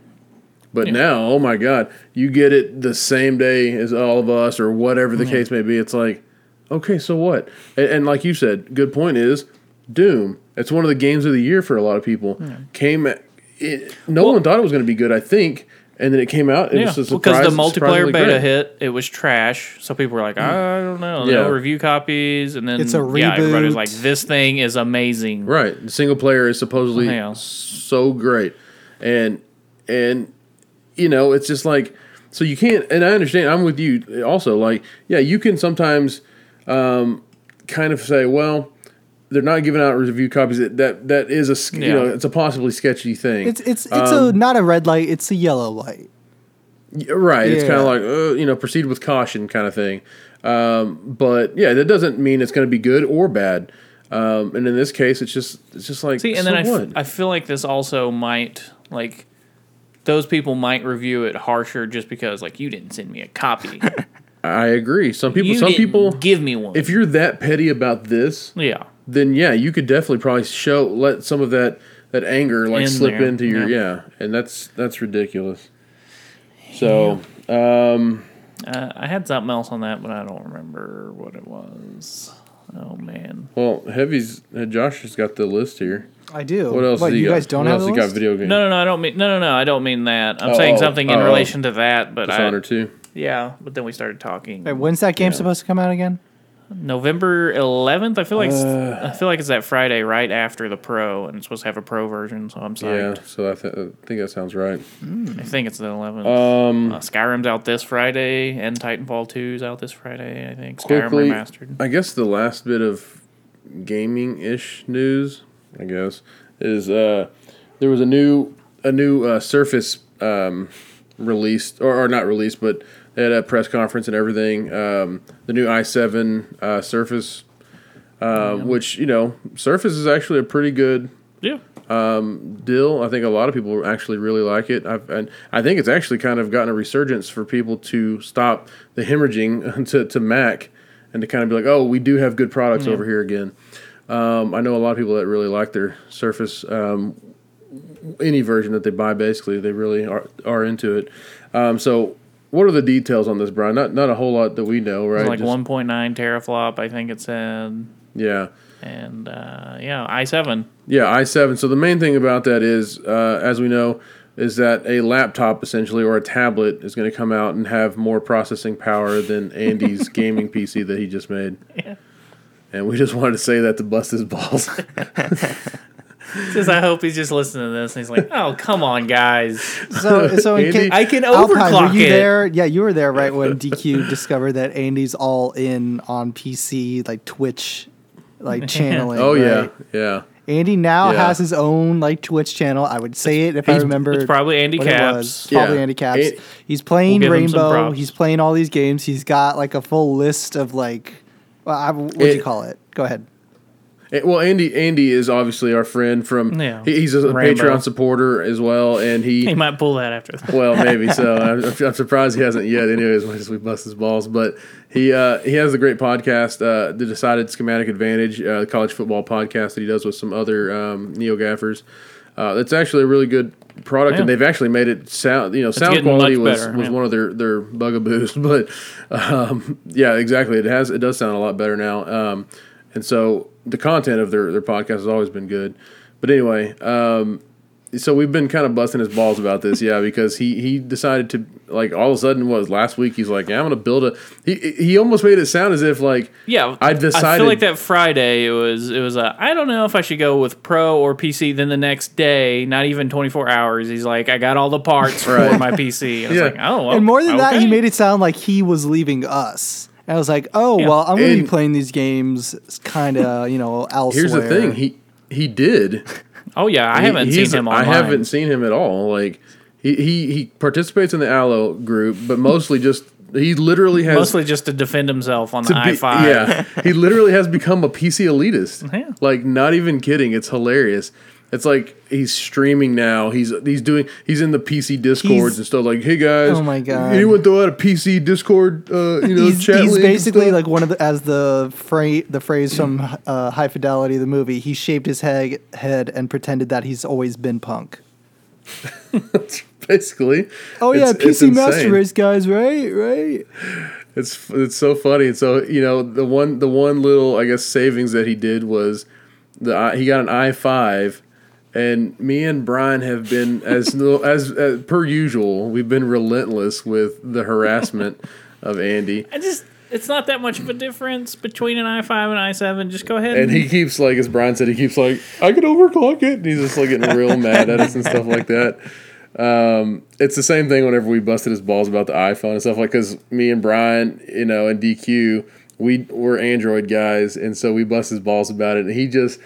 But now, oh my god, you get it the same day as all of us or whatever Mm-hmm. the case may be. It's like, okay, so what? And, and like you said, good point is Doom. It's one of the games of the year for a lot of people. Came, at- it, no one thought it was going to be good. I think, and then it came out. It Yeah, was a surprise, because the multiplayer surprisingly beta great. Mm. hit, it was trash. So people were like, I don't know. Yeah. No review copies, and then It's a Yeah, everybody was reboot. like, this thing is amazing. Right. The single player is supposedly Yeah. so great. And and you know, it's just like so you can't and I understand I'm with you also like yeah, you can sometimes um kind of say, well, they're not giving out review copies that that, that is a sk- you Yeah. know, it's a possibly sketchy thing. It's it's it's Um, a not a red light. It's a yellow light. Yeah, Right. It's kind Yeah. of like, uh, you know, proceed with caution kind of thing. Um, but yeah, that doesn't mean it's going to be good or bad. Um, and in this case, it's just it's just like See, and so then I, f- what? I feel like this also might like those people might review it harsher just because like you didn't send me a copy. I agree. Some people, you some didn't people, give me one. if you're that petty about this, yeah, then yeah, you could definitely probably show let some of that that anger like In slip there, into your yeah. and that's that's ridiculous. So uh, I had something else on that, but I don't remember what it was. Oh man, well, heavy's uh, Josh has got the list here. I do. What else? What, has he you got? guys don't what have else a he got list? video game. no, no, no, I don't mean no, no, no, I don't mean that. I'm Oh, saying oh, something in oh, oh. relation to that, but I, Dishonored two. yeah. But then we started talking. Wait, when's that game supposed to come out again? November 11th. I feel like it's- Uh. I feel like it's that Friday right after the pro, and it's supposed to have a pro version. So I'm Yeah, psyched. so I, th- I think that sounds right. I think it's the 11th. Um, Uh, Skyrim's out this Friday, and Titanfall 2's out this Friday, I think. Skyrim quickly, Remastered. I guess the last bit of gaming ish news, I guess, is uh, there was a new a new uh, Surface um, released or, or not released, but they had a press conference and everything. Um, the new i7 uh, Surface, uh, which you know, Surface is actually a pretty good Yeah. deal. I think a lot of people actually really like it. I've, and I think it's actually kind of gotten a resurgence for people to stop the hemorrhaging to, to Mac and to kind of be like, oh, we do have good products over here again. Um, I know a lot of people that really like their Surface, um, any version that they buy. Basically, they really are, are into it. Um, so, what are the details on this, Brian? Not not a whole lot that we know, right? It's like Just- 1.9 teraflop, I think it said. yeah. And uh, yeah, i7. Yeah, i7. So the main thing about that is, uh, as we know, is that a laptop essentially or a tablet is going to come out and have more processing power than Andy's gaming PC that he just made. And we just wanted to say that to bust his balls. Just, I hope he's just listening to this and he's like, oh, come on, guys. So so in Andy- case, I can Alpine, overclock were you it. there? Yeah, you were there right when DQ discovered that Andy's all in on PC, like Twitch, like channeling. oh yeah, right? yeah. Andy now Yeah. has his own like Twitch channel. I would say it if I remember. It's probably Andy what it was. Caps. Probably Yeah. Andy Caps. It- he's playing We'll give him some Rainbow. props. He's playing all these games. He's got like a full list of like, well, I, what do you It- call it? Go ahead. Eh, Well, Andy Andy is obviously our friend from. Yeah. he- He's a Rambo. Patreon supporter as well, and He might pull that after that. Well, maybe so. I'm, I'm surprised he hasn't yet. Anyways, much as we bust his balls, but he uh, he has a great podcast, uh, the Decided Schematic Advantage, uh, the college football podcast that he does with some other um, neo gaffers. Uh, that's actually a really good product, and Yeah. they've actually made it sound. You know, sound getting much quality was better, was yeah. one of their their bugaboos, but um, yeah, exactly. It has it does sound a lot better now, um, and so the content of their their podcast has always been good. But anyway, so we've been kind of busting his balls about this, yeah, because he he decided to like all of a sudden was last week he's like, yeah, I'm gonna build a. He he almost made it sound as if like Yeah, I I decided- feel like that Friday it was it was a I don't know if I should go with pro or PC. Then the next day, not even 24 hours, he's like, I got all the parts Right. for my PC. And Yeah. I was like, oh, well, And more than that, he okay. made it sound like he was leaving us. And I was like, oh well, I'm going to be And- playing these games, kind of you know elsewhere. here's the thing he he did Oh yeah, I He- haven't seen he's- him. Online. I haven't seen him at all. Like he he, he participates in the Allo group, but mostly just he literally has Mostly just to defend himself on to the be- I five. Yeah, he literally has become a PC elitist. Yeah. Like, not even kidding. It's hilarious. It's like he's streaming now. He's he's doing he's in the PC discords He's- and stuff. Like, hey guys, Oh my God. anyone throw out a PC Discord? Uh, you know, he's, chat he's link and basically stuff?" Mm. like one of the, as the fra- the phrase from uh, High Fidelity, the movie. He shaved his head head and pretended that he's always been punk. basically. Oh yeah, It's- it's PC Master insane. Race guys, right, right. It's it's so funny. And so you know the one the one little I guess savings that he did was the I- he got an i five, and me and Brian have been as no- as, as per usual we've been relentless with the harassment of Andy, I just it's not that much of a difference between an i five and i seven. Just go ahead and and, he keeps like as Brian said he keeps like I could overclock it, and he's just like getting real mad at us and stuff like that. Um, it's the same thing whenever we busted his balls about the iPhone and stuff like because me and Brian, you know, and DQ, we were Android guys, and so we bust his balls about it. And he just,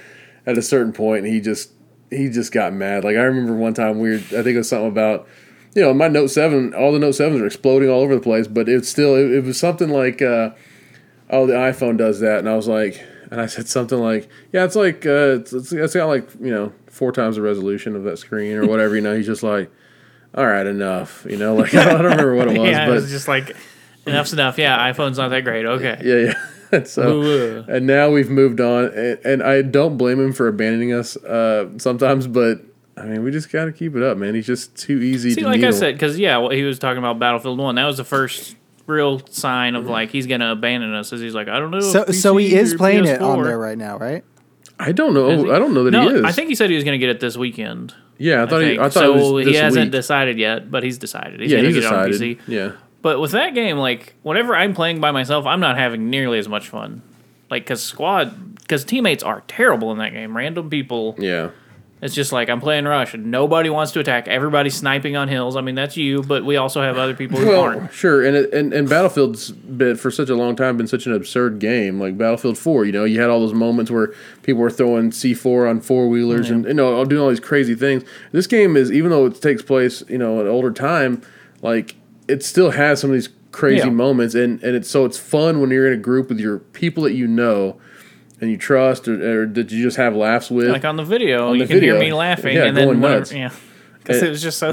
at a certain point, he just he just got mad. Like I remember one time we were, I think it was something about, you know, my Note Seven, all the Note Sevens are exploding all over the place, but it's still it, it was something like, uh, oh, the iPhone does that, and I was like, and I said something like, yeah, it's like uh, it's, it's, it's got like you know four times the resolution of that screen or whatever. you know, he's just like all right, enough. You know, like I don't, I don't remember what it was, yeah, but it was just like enough's enough. Yeah, iPhone's not that great. Okay. yeah, yeah. And so, Ooh. and now we've moved on, and, and I don't blame him for abandoning us uh, sometimes, but I mean, we just got to keep it up, man. He's just too easy See, to like I needle. said, because yeah, what he was talking about Battlefield One. That was the first real sign of like he's gonna abandon us. Is he's like, I don't know. if So so he PC is Oh, or playing it on PS4. there right now, right? I don't know. I don't know that no, he is. I think he said he was gonna get it this weekend. Yeah, I I thought. he, think. I thought so it was this he hasn't week. decided yet, but he's decided. He's yeah, gonna he's get decided. it on PC. Yeah, But with that game, like whenever I'm playing by myself, I'm not having nearly as much fun. Like because squad, because teammates are terrible in that game. Random people. yeah. It's just like I'm playing rush and nobody wants to attack. Everybody's sniping on hills. I mean that's you, but we also have other people who Well, aren't. sure, and, it- and and Battlefield's been for such a long time been such an absurd game. Like Battlefield Four, you know, you had all those moments where people were throwing C four on four wheelers and you know doing all these crazy things. This game is even though it takes place you know at older time, like it still has some of these crazy Yeah. moments, and and it's so it's fun when you're in a group with your people that you know. And you trust, or, or that you just have laughs with. Like on the video, the you can hear video. me laughing Yeah, and then going whenever, nuts. yeah, because And- it was just so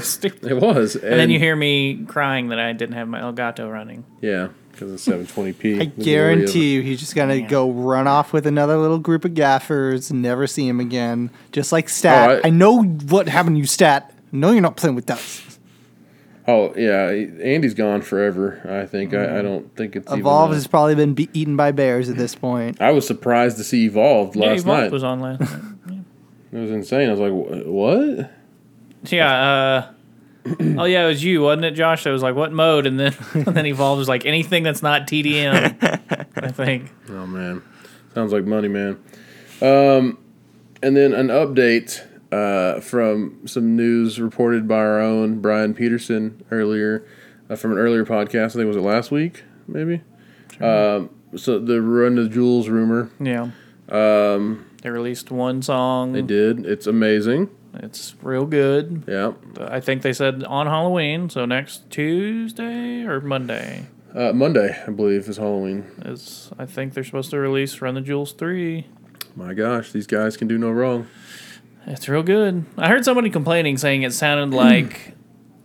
stupid. it was, and, And then you hear me crying that I didn't have my Elgato running. yeah, because it's 720p. I the glory of it. guarantee you, he's just gonna go run off with another little group of gaffers and never see him again. Just like Stat, Oh, I- I, know what happened to you, Stat. No, you're not playing with us. Oh yeah, Andy's gone forever. I think I, I don't think it's Evolve Even a- has probably been be- eaten by bears at this point. I was surprised to see Evolved Yeah, last Evolve night. was on last night. it was insane. I was like, "Wha- what? Yeah. Uh, oh yeah, it was you, wasn't it, Josh? That was like, what mode? And then and then Evolve was like, anything that's not TDM. I think. Oh man, sounds like money, man. Um, and then an update uh, from some news reported by our own Brian Peterson earlier uh, from an earlier podcast. I think was it last week, maybe. Um, so the Run the Jewels rumor Yeah. Um, they released one song. they did. It's amazing. It's real good. Yeah. I think they said on Halloween, so next Tuesday or Monday Uh, Monday, I believe, is Halloween. is. I think they're supposed to release Run the Jewels three. My gosh, these guys can do no wrong. It's real good. I heard somebody complaining saying it sounded like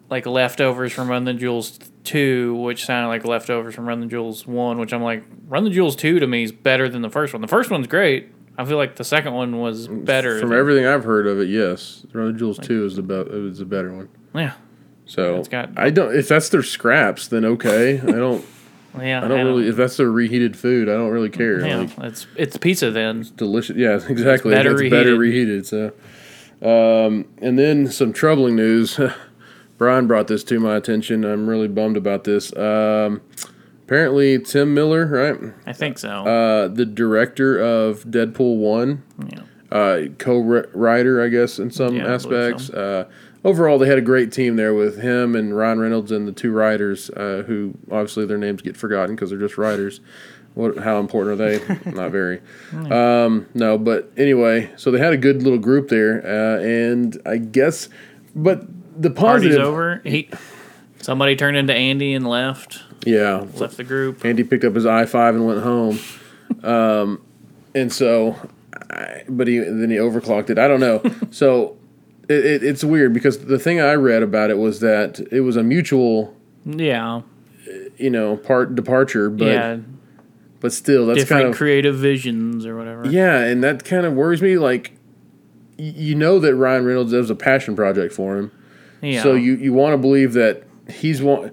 like leftovers from Run the Jewels two, which sounded like leftovers from Run the Jewels one, which I'm like, Run the Jewels two to me is better than the first one. The first one's great. I feel like the second one was better. From than- everything I've heard of it, yes, Run the Jewels Two is the be- it was the better one. yeah, So It's got- I don't. If that's their scraps, then okay. I don't. yeah. I don't really. If that's their reheated food, I don't really care. yeah, Like, it's it's pizza then. delicious. Yeah, exactly. It's better better, reheated. So, um, and then some troubling news. Brian brought this to my attention. I'm really bummed about this. Um, apparently, Tim Miller, right, I think so. uh, the director of Deadpool One, yeah. uh, co-writer, I guess, in some Yeah, I believe aspects. Uh, overall, they had a great team there with him and Ryan Reynolds and the two writers, uh, who obviously their names get forgotten because they're just writers. What? How important are they? Not very. Um, no, but anyway, so they had a good little group there, uh, and I guess, but the Party's positive. over. He somebody turned into Andy and left. Yeah. left the group. Andy picked up his i5 and went home. Um, and so, I, but he then he overclocked it. I don't know. so it, it, it's weird because the thing I read about it was that it was a mutual, Yeah, you know, part departure, but yeah, but still, that's different kind of creative visions or whatever. yeah, and that kind of worries me. Like, y- you know that Ryan Reynolds that was a passion project for him. yeah. So you, you want to believe that he's want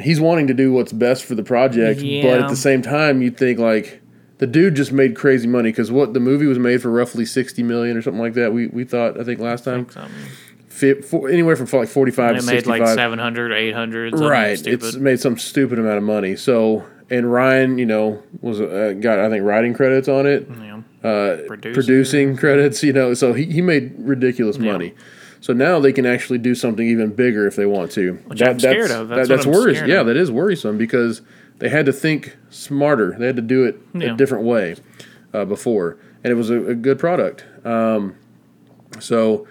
he's wanting to do what's best for the project, but Yeah. at the same time, you think like the dude just made crazy money because what the movie was made for roughly sixty million or something like that. We we thought I think last time Something. fi- for, anywhere from like forty five And to it made sixty like five. 700, 800, something Right, Stupid. it's made some stupid amount of money. So and Ryan, you know, was uh, got I think writing credits on it yeah. uh, Producer. producing credits, you know, so he, he made ridiculous money. So now they can actually do something even bigger if they want to. Which I'm scared of. That's what I'm worris- scared Yeah, of. that is worrisome because they had to think smarter. They had to do it Yeah. a different way uh, before, and it was a, a good product. Um, so.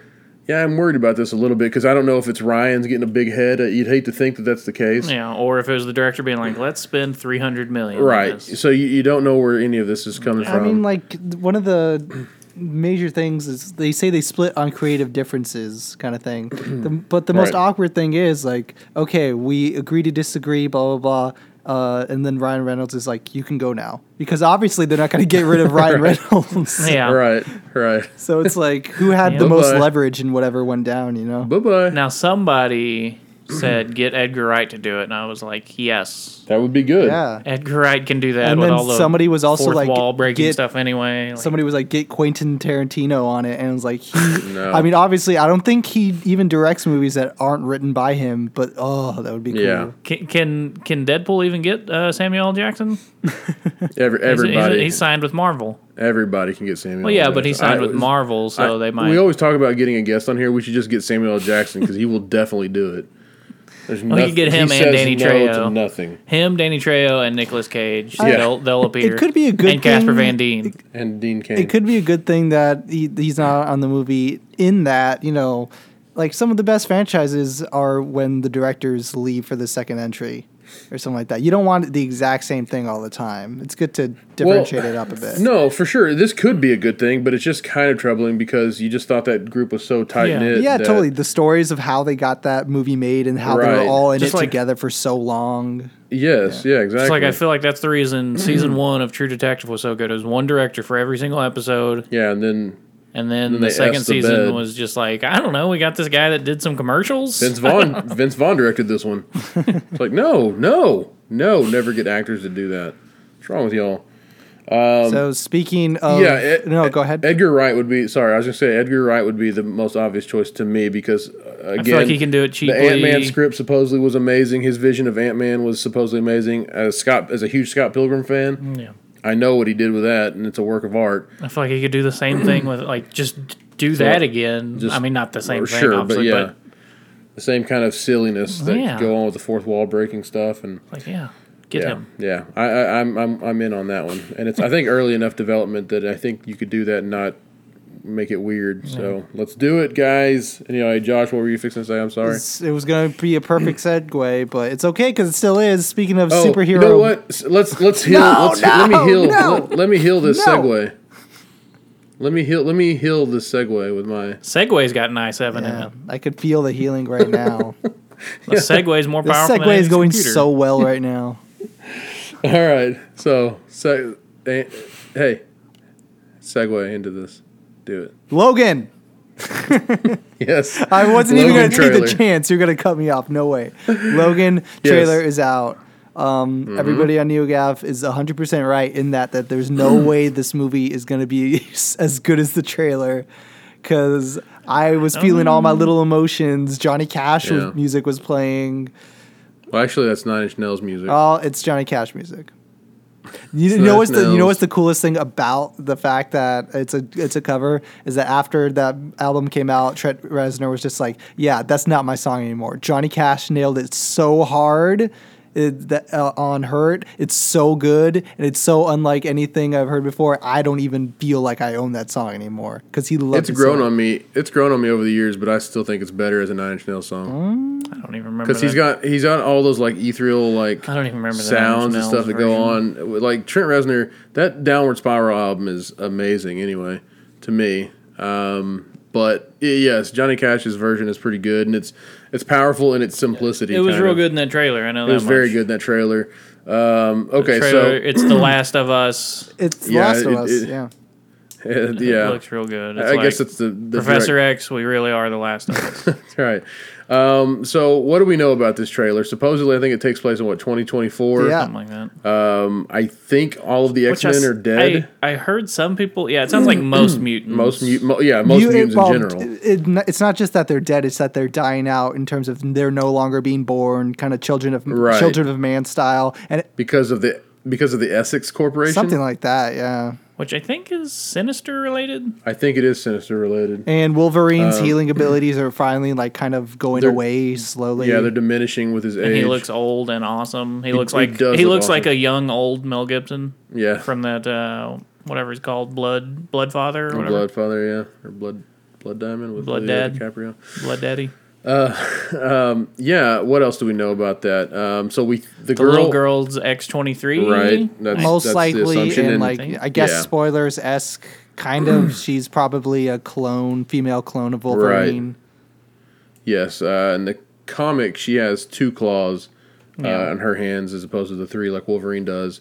Yeah, I'm worried about this a little bit because I don't know if it's Ryan's getting a big head. Uh, You'd hate to think that that's the case. Yeah, or if it was the director being like, "Let's spend three hundred million, on Right. this." So you, you don't know where any of this is coming I from. mean, like th- one of the major things is they say they split on creative differences, kind of thing. the, but the most Right. awkward thing is like, okay, we agree to disagree, blah blah blah. Uh, and then Ryan Reynolds is like, "You can go now," because obviously they're not going to get rid of Ryan Reynolds. Yeah. Right, right. So it's like, who had Yeah. the most Bye-bye. leverage and whatever went down, you know? Bye bye. Now somebody said, "Get Edgar Wright to do it," and I was like, "Yes, That would be good. Yeah. Edgar Wright can do that." And with then all the somebody was also fourth like, wall breaking "Get- stuff anyway. Like, Somebody was like, "Get Quentin Tarantino on it," and it was like, "He." No. I mean, obviously, I don't think he even directs movies that aren't written by him, but oh, that would be cool. Yeah. can, can can Deadpool even get uh, Samuel L. Jackson? Every, He's- he's- everybody, he's, signed with Marvel. everybody can get Samuel. Well, L. yeah, but he Jackson. signed I- with Marvel, so I- they might. We always talk about getting a guest on here. We should just get Samuel L. Jackson because he will definitely do it. There's we nothing- could get he him and says Danny no Trejo. To nothing him, Danny Trejo, and Nicolas Cage. Yeah. They'll, they'll appear. could be a good And Casper thing. Van Dien. and Dean Kane. It could be a good thing that he, he's not on the movie. In that, you know, like some of the best franchises are when the directors leave for the second entry or something like that. You don't want the exact same thing all the time. It's good to differentiate it up a bit. No, for sure. This could be a good thing, but it's just kind of troubling because you just thought that group was so tight knit. Yeah, totally. The stories of how they got that movie made and how they Right. were all in Just it like- together for so long. Yes, yeah, exactly. It's like I feel like that's the reason season one of True Detective was so good. It was one director for every single episode, yeah, and then and then, Then the they second asked the season bed. was just like I don't know. We got this guy that did some commercials. Vince Vaughn. Vince Vaughn directed this one. It's like no, no, no. Never get actors to do that. What's wrong with y'all? so speaking of, Um, yeah, Ed- no, go ahead. Edgar Wright would be. Sorry, I was gonna say Edgar Wright would be the most obvious choice to me because uh, again, I feel like he can do it the cheaply. Ant Man script supposedly was amazing. His vision of Ant Man was supposedly amazing. As Scott, as a huge Scott Pilgrim fan, Mm, Yeah. I know what he did with that, and it's a work of art. I feel like he could do the same thing with like just do that again. just- I mean, not the same For thing, sure, but obviously, yeah, but, the same kind of silliness that Yeah. go on with the fourth wall breaking stuff, and like yeah, get yeah, him. yeah, I, I, I'm I'm I'm in on that one, and it's I think early enough development that I think you could do that and not. Make it weird, so let's do it, guys. Anyway, Josh, what were you fixing to say? I'm sorry. It's- It was going to be a perfect segue, but it's okay because it still is. Speaking of Oh, superhero, You know what? S- Let's let's heal. No, let's, let me no, heal. no. Let, let me heal this No. segue. Let me heal. Let me heal this segue with my. Segway's got an i7 in Yeah, it. I could feel the healing right now. The Segway's more the powerful. segue is going computer. so well right now. All right. So, se- eh, hey, segue into this. Do it. Logan, Yes. I wasn't even Logan going to take the trailer. chance. You're going to cut me off. No way. Logan trailer is out. Um, Mm-hmm. Everybody on NeoGAF is 100% right in that that there's no way this movie is going to be as good as the trailer because I was feeling all my little emotions. Johnny Cash was- Yeah. music was playing. Well, actually, that's Nine Inch Nails music. Oh, it's Johnny Cash music. You So know that's what's the you Nels. know what's the coolest thing about the fact that it's a it's a cover is that after that album came out, Trent Reznor was just like, yeah, that's not my song anymore. Johnny Cash nailed it so hard. It, that, uh, on hurt, it's so good and it's so unlike anything I've heard before. I don't even feel like I own that song anymore because he loves Mm. it's grown on me. It's grown on me over the years, but I still think it's better as a Nine Inch Nails song. I don't even remember. because he's that. got he's on all those like ethereal like I don't even remember the sounds and Nine Inch stuff that go Nails on. Like Trent Reznor, that Downward Spiral album is amazing. Anyway, to me, um, but y- yes, Johnny Cash's version is pretty good, and it's it's powerful in its simplicity. version. It was kind real of. good in that trailer. I know It that was much. very good in that trailer. Um, okay, Trailer, so it's The Last of Us. It's Yeah, Last of it- Us. it- yeah. It yeah, looks real good. It's I like, guess it's the, the Professor direct- X. We really are The Last of Us. right. Um, so what do we know about this trailer? Supposedly, I think it takes place in what 2024. Yeah. something like that. Um, I think all of the X Which I Men s- are dead. Hmm. I, I heard some people. Yeah, it sounds like most mutants. Most mu- mo- yeah, most You- mutants well, in general. it- it- it's not just that they're dead; it's that they're dying out in terms of they're no longer being born, kind of children of Right. children of man style, and because of the because of the Essex Corporation. something like that. Yeah, which I think is Sinister related. I think it is Sinister related. and Wolverine's healing abilities are finally like kind of going Um, They're- away slowly. Yeah, they're diminishing with his And age. he looks old and awesome. He, looks he like does he look looks like awesome. a young old Mel Gibson yeah, from that uh, whatever he's called, Blood Blood Father or whatever, Blood Father. Yeah, or Blood Blood Diamond with Blood Leo Dad. DiCaprio. Blood, Daddy. Yeah. What else do we know about that? Um, so we the, The girl, little girl's X twenty three. right? That's, most that's the likely, assumption, and, and- like Thing. I guess Yeah. spoilers esque. Kind of, she's probably a clone, female clone of Wolverine. yes, uh, in the comic she has two claws uh, Yeah. on her hands as opposed to the three like Wolverine does,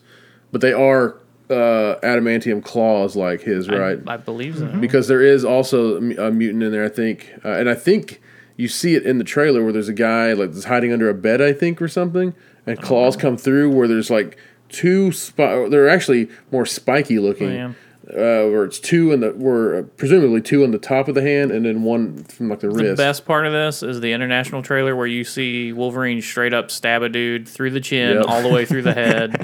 but they are uh, adamantium claws like his, right? I, I believe so. because there is also a mu- a mutant in there. I think, uh, and I think you see it in the trailer where there's a guy like that's hiding under a bed, I think, or something, and claws come through where there's like two. Spi- they're actually more spiky looking. Oh, yeah. Uh, where it's two in the where uh, presumably two on the top of the hand and then one from like the, The wrist. best part of this is the international trailer where you see Wolverine straight up stab a dude through the chin, Yep. all the way through the head.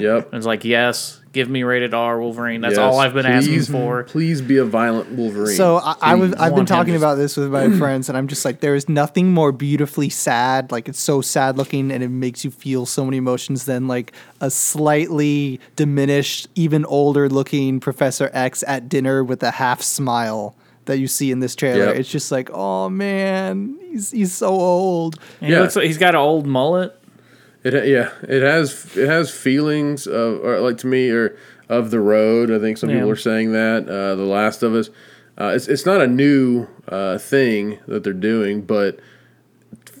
Yep. And it's like, yes, give me rated R Wolverine. That's Yes. all I've been Please- Mm-hmm. asking for. Please be a violent Wolverine. So I, I was, I've been want him talking to- about this with my friends, and I'm just like, there is nothing more beautifully sad. Like it's so sad looking, and it makes you feel so many emotions than like a slightly diminished, even older looking Professor X at dinner with a half smile that you see in this trailer. Yep. It's just like, oh man, he's he's so old. And He Yeah. looks like he's got an old mullet. It ha- yeah, it has it has feelings of or like to me or of the road. I think some people Yeah. are saying that uh, the Last of Us. Uh, it's it's not a new uh, thing that they're doing, but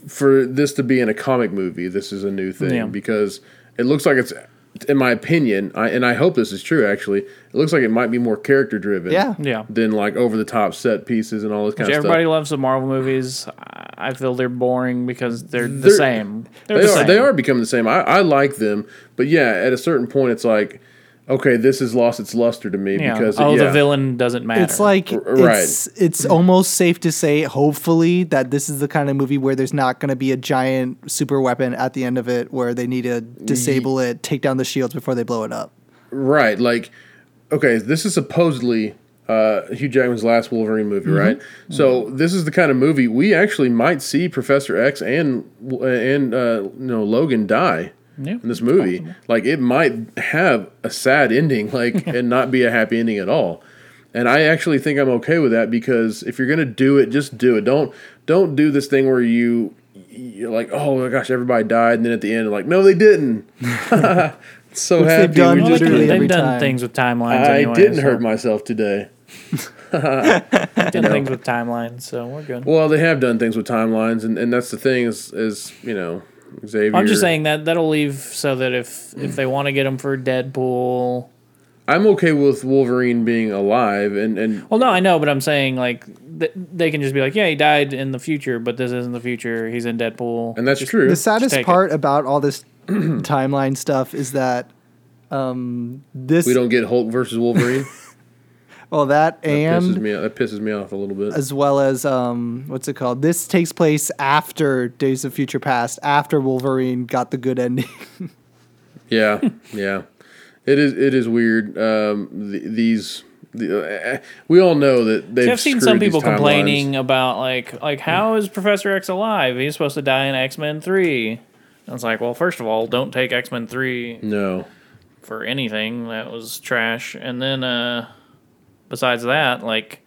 for this to be in a comic movie, this is a new thing Yeah. because it looks like it's. In my opinion, I, and I hope this is true. Actually, it looks like it might be more character driven, Yeah. Yeah. than like over the top set pieces and all this kind of Everybody stuff. loves the Marvel movies. I I feel they're boring because they're the They're- same. They're they the are same. they are becoming the same. I, I like them, but yeah, at a certain point, it's like, okay, this has lost its luster to me Yeah. because oh, yeah, the villain doesn't matter. It's like R- right. Mm-hmm. it's it's almost safe to say, hopefully, that this is the kind of movie where there's not going to be a giant super weapon at the end of it, where they need to disable it, take down the shields before they blow it up. right, like, okay, this is supposedly uh, Hugh Jackman's last Wolverine movie, Mm-hmm. right? So this is the kind of movie we actually might see Professor X and and uh, you know Logan die. Yeah. in this movie. Like it might have a sad ending, like and not be a happy ending at all. And I actually think I'm okay with that because if you're gonna do it, just do it. Don't don't do this thing where you you're like, oh my gosh, everybody died, and then at the end, like, no, they didn't. so Which they've happy. we done just- Well, they, literally have every done time. things with timelines. I anyway, didn't so- hurt myself today. Done things with timelines, so we're good. Well, they have done things with timelines, and, and that's the thing is is you know Xavier. I'm just saying that that'll leave so that if if they want to get him for Deadpool, I'm okay with Wolverine being alive, and and well, no, I know, but I'm saying like th- they can just be like, yeah, he died in the future, but this isn't the future. He's in Deadpool. and that's true. The saddest take it. part about all this timeline stuff is that um, this, we don't get Hulk versus Wolverine. well, that and pisses me off. That pisses me off a little bit. as well as um, what's it called? This takes place after Days of Future Past, after Wolverine got the good ending. yeah, yeah. It is. It is weird. Um, th- these. The, uh, we all know that they've. I've seen screwed some these people timelines. Hmm. complaining about like like how is Professor X alive? He's supposed to die in X Men three. I was like, well, first of all, don't take X Men three No. for anything. That was trash. And then uh besides that, like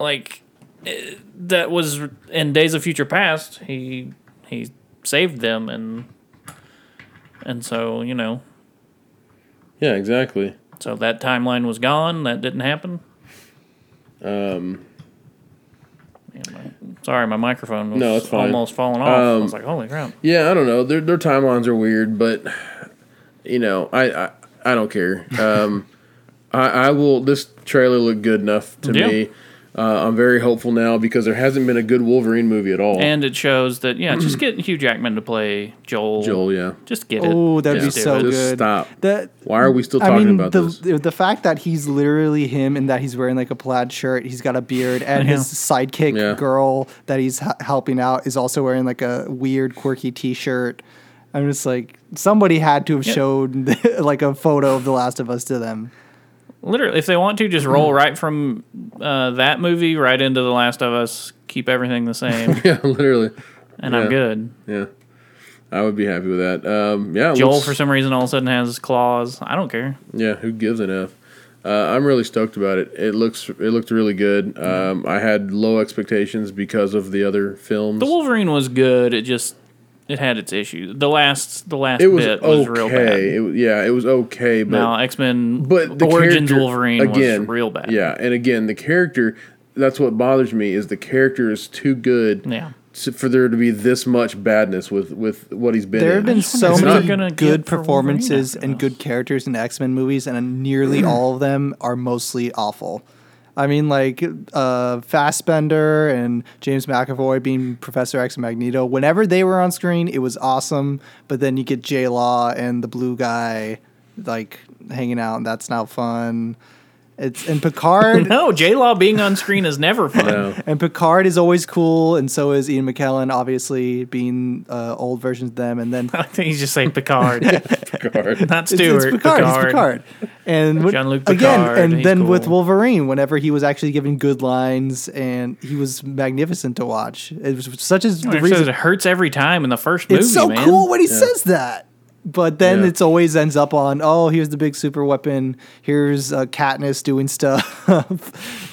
like eh, that was in Days of Future Past. He he saved them and and so you know Yeah, exactly. so that timeline was gone. That didn't happen. Um, Man, my- sorry, my microphone was No, it's fine. almost falling off. I Um, was like, holy crap. yeah, I don't know. Their their timelines are weird, but you know, I I, I don't care. Um, I I will. This trailer looked good enough to Yeah. me. Uh, I'm very hopeful now because there hasn't been a good Wolverine movie at all. And it shows that yeah, just get Hugh Jackman to play Joel. Joel, yeah. just get it. Oh, that'd Yeah. be so Just good. stop. That Why are we still Mm, I talking mean, about the this? the fact that he's literally him and that he's wearing like a plaid shirt, he's got a beard, and his sidekick Yeah. girl that he's h- helping out is also wearing like a weird, quirky T-shirt. I'm just like, somebody had to have showed like a photo of The Last of Us to them. Literally, if they want to, just Hmm. roll right from uh, that movie right into The Last of Us. Keep everything the same, yeah, literally. and Yeah. I'm good. Yeah, I would be happy with that. Um, yeah, it Joel, looks- for some reason, all of a sudden has claws. I don't care. Yeah, who gives an F? Uh, I'm really stoked about it. It looks it looked really Mm-hmm. good. Um, I had low expectations because of the other films. The Wolverine was good. It just it had its issues. The last the last it was bit was okay. real bad. It was- yeah, it was okay, but Now X Men, but the Origins character- Wolverine was real bad. Yeah, and again, the character. That's what bothers me is the character is too good yeah. to, for there to be this much badness with with what he's been. There have in. been just wonder so if they're many gonna get good for Wolverine performances after and this. Mm. good characters in the X Men movies, and nearly all of them are mostly awful. I mean, like uh, Fassbender and James McAvoy being Professor X and Magneto. Whenever they were on screen, it was awesome. But then you get J Law and the blue guy, like hanging out, and that's not fun. It's and Picard No, J Law being on screen is never fun. No. and Picard is always cool, and so is Ian McKellen, obviously being uh, old versions of them. And then I think he's just saying Picard, Picard. not It's- Stewart. It's, Picard. It's Picard. And with- Jean-Luc Picard, again, and he's then with cool. Wolverine, whenever he was actually given good lines, and he was magnificent to watch. It was such as the It says reason. it hurts every time in the first movie. It's so man. cool when he says that. But then Yeah. it's always ends up on oh here's the big super weapon here's uh, Katniss doing stuff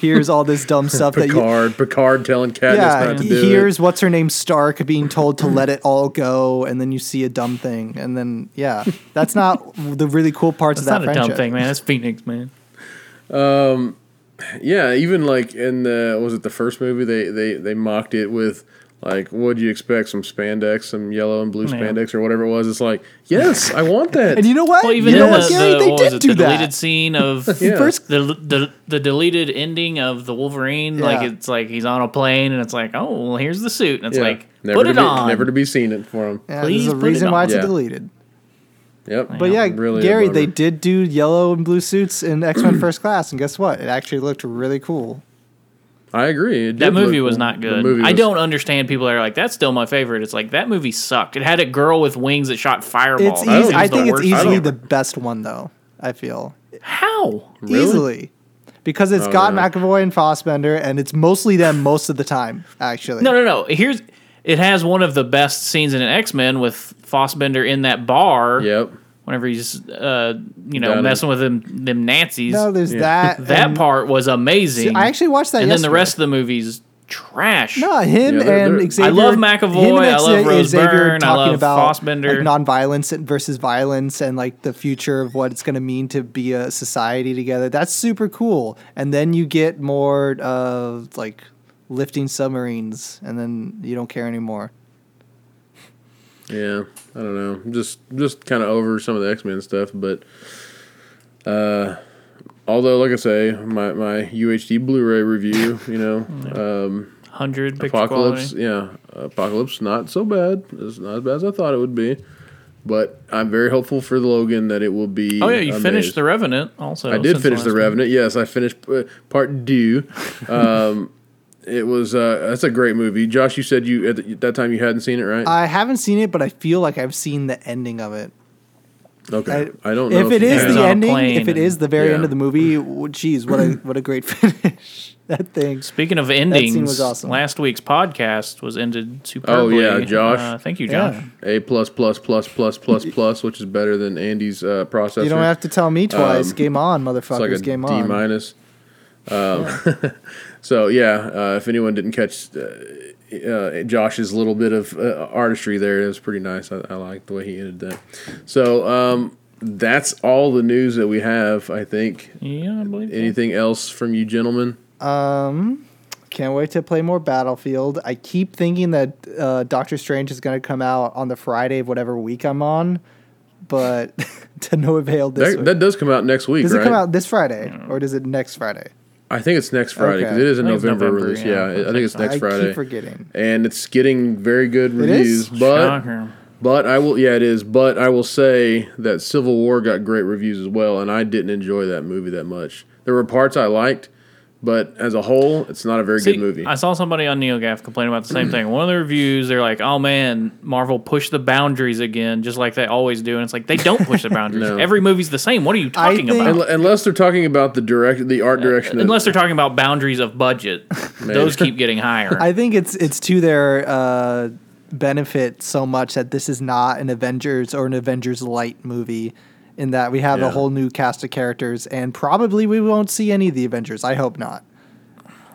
here's all this dumb stuff that you Picard. Picard telling Katniss yeah not to do it. here's what's her name Stark being told to let it all go and then you see a dumb thing and then yeah that's not the really cool parts It's of that not a friendship. dumb thing, man. It's Phoenix, man. Yeah, even like in the was it the first movie they they they mocked it with like what do you expect some spandex, some yellow and blue Yeah. spandex or whatever it was. It's like yes, I want that. And you know what? Well, even you know the, what, Gary? the, they what was did it, do the that. deleted scene of Yeah. First, the, the the deleted ending of the Wolverine, like Yeah. it's like he's on a plane and it's like, oh, well, here's the suit, and it's Yeah. like never put to it be, on. never to be seen it for him. yeah, please there's a put it reason on. why it's Yeah. deleted. Yep. But yeah, Really a Gary, they bummer. did do yellow and blue suits in X Men First Class, and guess what? It actually looked really cool. I agree. it that did movie look was cool. not The good. movie I was- don't understand people that are like, that's still my favorite. It's like that movie sucked. It had a girl with wings that shot fireballs. It's That easy. was I the think it's worst thing easily ever. the best one, though. I feel how Really? easily because it's Oh, got yeah. McAvoy and Fossbender, and it's mostly them most of the time. Actually, No, no, no. Here's it has one of the best scenes in an X Men with Fossbender in that bar. Yep. Whenever he's uh, you know Got it. messing with them them Nazis. No, there's Yeah. that. that and- part was amazing. I actually watched that. and then the yesterday. rest of the movie's trash. No, him Yeah, they're- and they're- Xavier. I love McAvoy, him and I love Rose Byrne, I talking love about Fassbender. Like, nonviolence and- versus violence and like the future of what it's going to mean to be a society together. That's super cool. And then you get more of like lifting submarines, and then you don't care anymore. Yeah. I don't know. I'm just just kind of over some of the X Men stuff, but uh, although like I say, my my UHD Blu-ray review, you know, um, hundred picture Apocalypse, quality. yeah, Apocalypse, not so bad. It's not as bad as I thought it would be, but I'm very hopeful for the Logan that it will be. Oh yeah, you finished amazed. the Revenant also. I did since finish the last Revenant. Yes, I finished uh, part due. Um, it was uh, that's a great movie. Josh, you said you at the, that time you hadn't seen it, right? I haven't seen it, but I feel like I've seen the ending of it. okay, I- I, don't know If it you is have. He's the on a ending, plane if it is and- the very end Yeah. of the movie, w- geez, what a what a great finish! that thing. Speaking of endings, scene was awesome. last week's podcast was ended superbly. Oh, yeah, Josh. Uh, thank you, Josh. Yeah. A plus plus plus plus plus plus, which is better than Andy's uh, processor. You don't Um, have to tell me twice. game on, motherfuckers. It's like a game D on. minus. Um, So yeah, uh, if anyone didn't catch uh, uh, Josh's little bit of uh, artistry there, it was pretty nice. I, I like the way he ended that. So um, that's all the news that we have. I think. Yeah, I believe. so. Anything else from you, gentlemen? Can't wait to play more Battlefield. I keep thinking that uh, Doctor Strange is going to come out on the Friday of whatever week I'm on, but to no avail this That, week. that does come out next week, does right? it come out this Friday or does it next Friday? I think it's next Friday because Okay. it is a I think it's November, November, release. yeah. Yeah, I think it's next I Friday. keep forgetting. and it's getting very good is? reviews. But Shocker. but I will yeah it is. But I will say that Civil War got great reviews as well, and I didn't enjoy that movie that much. There were parts I liked, but as a whole, it's not a very See, good movie. I saw somebody on NeoGAF complain about the same thing. One of the reviews, they're like, "Oh man, Marvel pushed the boundaries again, just like they always do." And it's like they don't push the boundaries. No. Every movie's the same. What are you I talking think- about? Unle- Unless they're talking about the direct, the art direction. of- Uh, Unless they're talking about boundaries of budget, those keep getting higher. I think it's it's to their uh, benefit so much that this is not an Avengers or an Avengers light movie, in that we have Yeah. a whole new cast of characters and probably we won't see any of the Avengers. I hope not.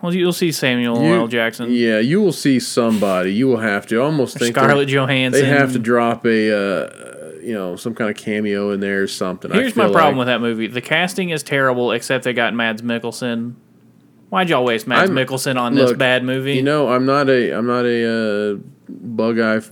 well, you'll see Samuel You- L. Jackson, Yeah, you will see somebody. You will have to I almost think they're- Scarlett Johansson. They have to drop a, uh, you know, some kind of cameo in there or something. Here's my problem with that movie: the casting is terrible, except they got Mads Mikkelsen. Why'd y'all waste Mads I'm- Mikkelsen on this look, bad movie? You know, I'm not a, I'm not a uh, bug eye f-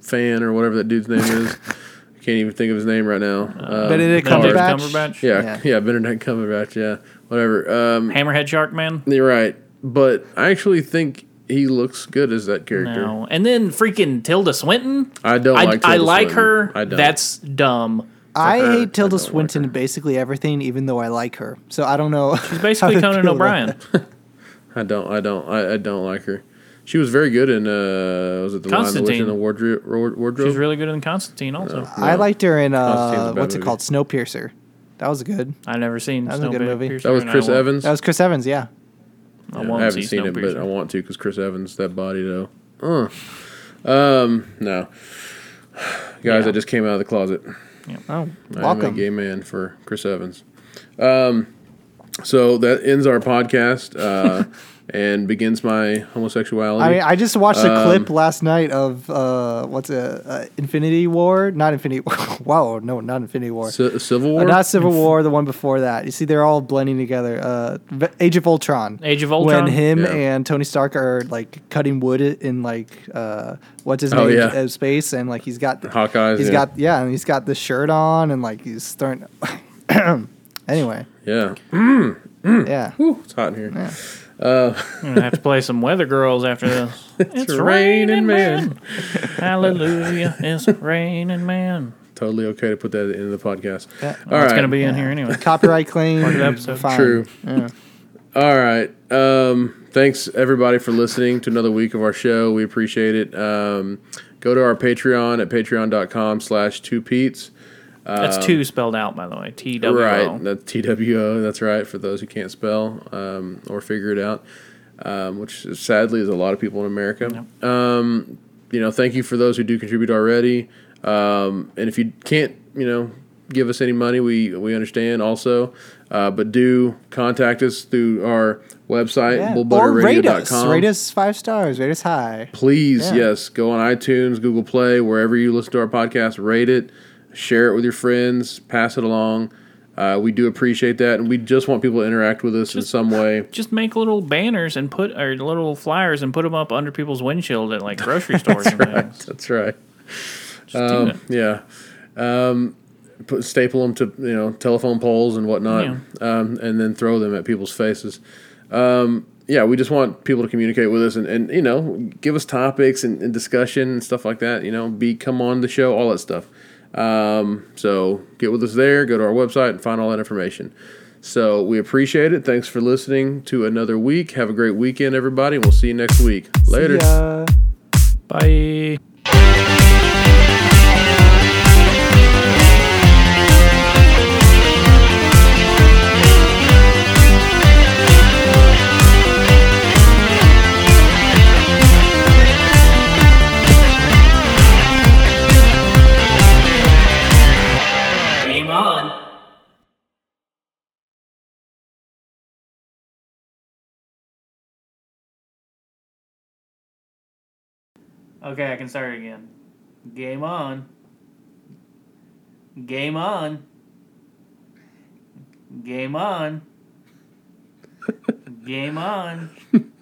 fan or whatever that dude's name is. I can't even think of his name right now. Uh, Benedict Cumberbatch. Cumberbatch. Yeah, yeah, Yeah. Benedict Cumberbatch. Yeah, whatever. Um, Hammerhead Shark Man. you're right, but I actually think he looks good as that character. No, and then freaking Tilda Swinton. I don't I, like. I Tilda like Swinton. her. I don't. That's dumb. I her. hate Tilda I don't like Swinton her. in basically everything, even though I like her. So I don't know. It's basically Conan O'Brien. I don't. I don't. I, I don't like her. She was very good in uh, was it the Lion, the Witch, Constantine. and the Wardrobe? Wardrobe? She's really good in Constantine. Also, I liked her in Constantine's a uh, bad what's it movie. called, Snowpiercer. That was good. I've never seen. That was a good movie. that was Chris Evans. That was Chris Evans. Yeah, I, Yeah, won't I haven't see seen it, but Snowpiercer. I want to because Chris Evans, that body though. Uh. Um, no, guys, Yeah. I just came out of the closet. oh, I'm a welcome. gay man for Chris Evans. Um, so that ends our podcast uh, and begins my homosexuality. I mean, I just watched a clip Um, last night of uh, what's it, uh, Infinity War? Not Infinity. wow, no, not Infinity War. Ci- Civil Uh, War. not Civil War, the one before that. You see, they're all blending together. Uh, V- Age of Ultron. Age of Ultron? When him Yeah. and Tony Stark are like cutting wood in like uh, what's his Oh, name yeah. uh, space, and like he's got the, Hawkeye's, He's yeah. got yeah, and he's got the shirt on, and like he's throwing. anyway, yeah, Hmm. yeah. Whew, it's hot in here. I'm gonna have to play some Weather Girls after this. it's, raining raining men. man. Hallelujah! It's raining man. Totally okay to put that at the end of the podcast. Yeah. All Well, it's right. gonna be in here anyway. Copyright claim. of the episode. Fine. True. Yeah. All right. Um, thanks everybody for listening to another week of our show. We appreciate it. Um, go to our Patreon at patreon.com slash two peats. That's two spelled out, by the way. T W Um, Right. O. That's TWO. That's right. For those who can't spell um, or figure it out, um, which is- sadly is a lot of people in America. Um, you know, thank you for those who do contribute already. Um, and if you can't, you know, give us any money, we we understand also. Uh, but do contact us through our website, Yeah. Or rate us. bullbutterradio.com. Rate us five stars. Rate us high. Please, Yeah. yes, go on iTunes, Google Play, wherever you listen to our podcast, rate it, share it with your friends, pass it along. Uh, we do appreciate that, and we just want people to interact with us in some way. Just make little banners and put or little flyers and put them up under people's windshield at like grocery stores and things. That's right. Just do it. Yeah. Um, put, staple them to you know telephone poles and whatnot, Yeah. um, and then throw them at people's faces. Um, yeah, we just want people to communicate with us and, and you know give us topics and, and discussion and stuff like that. You know, be come on the show, all that stuff. Um, so get with us there. Go to our website and find all that information. So we appreciate it. Thanks for listening to another week. Have a great weekend, everybody. and We'll see you next week. Later. Yeah. Bye. Game on. Okay, I can start again. Game on. Game on. Game on. Game on.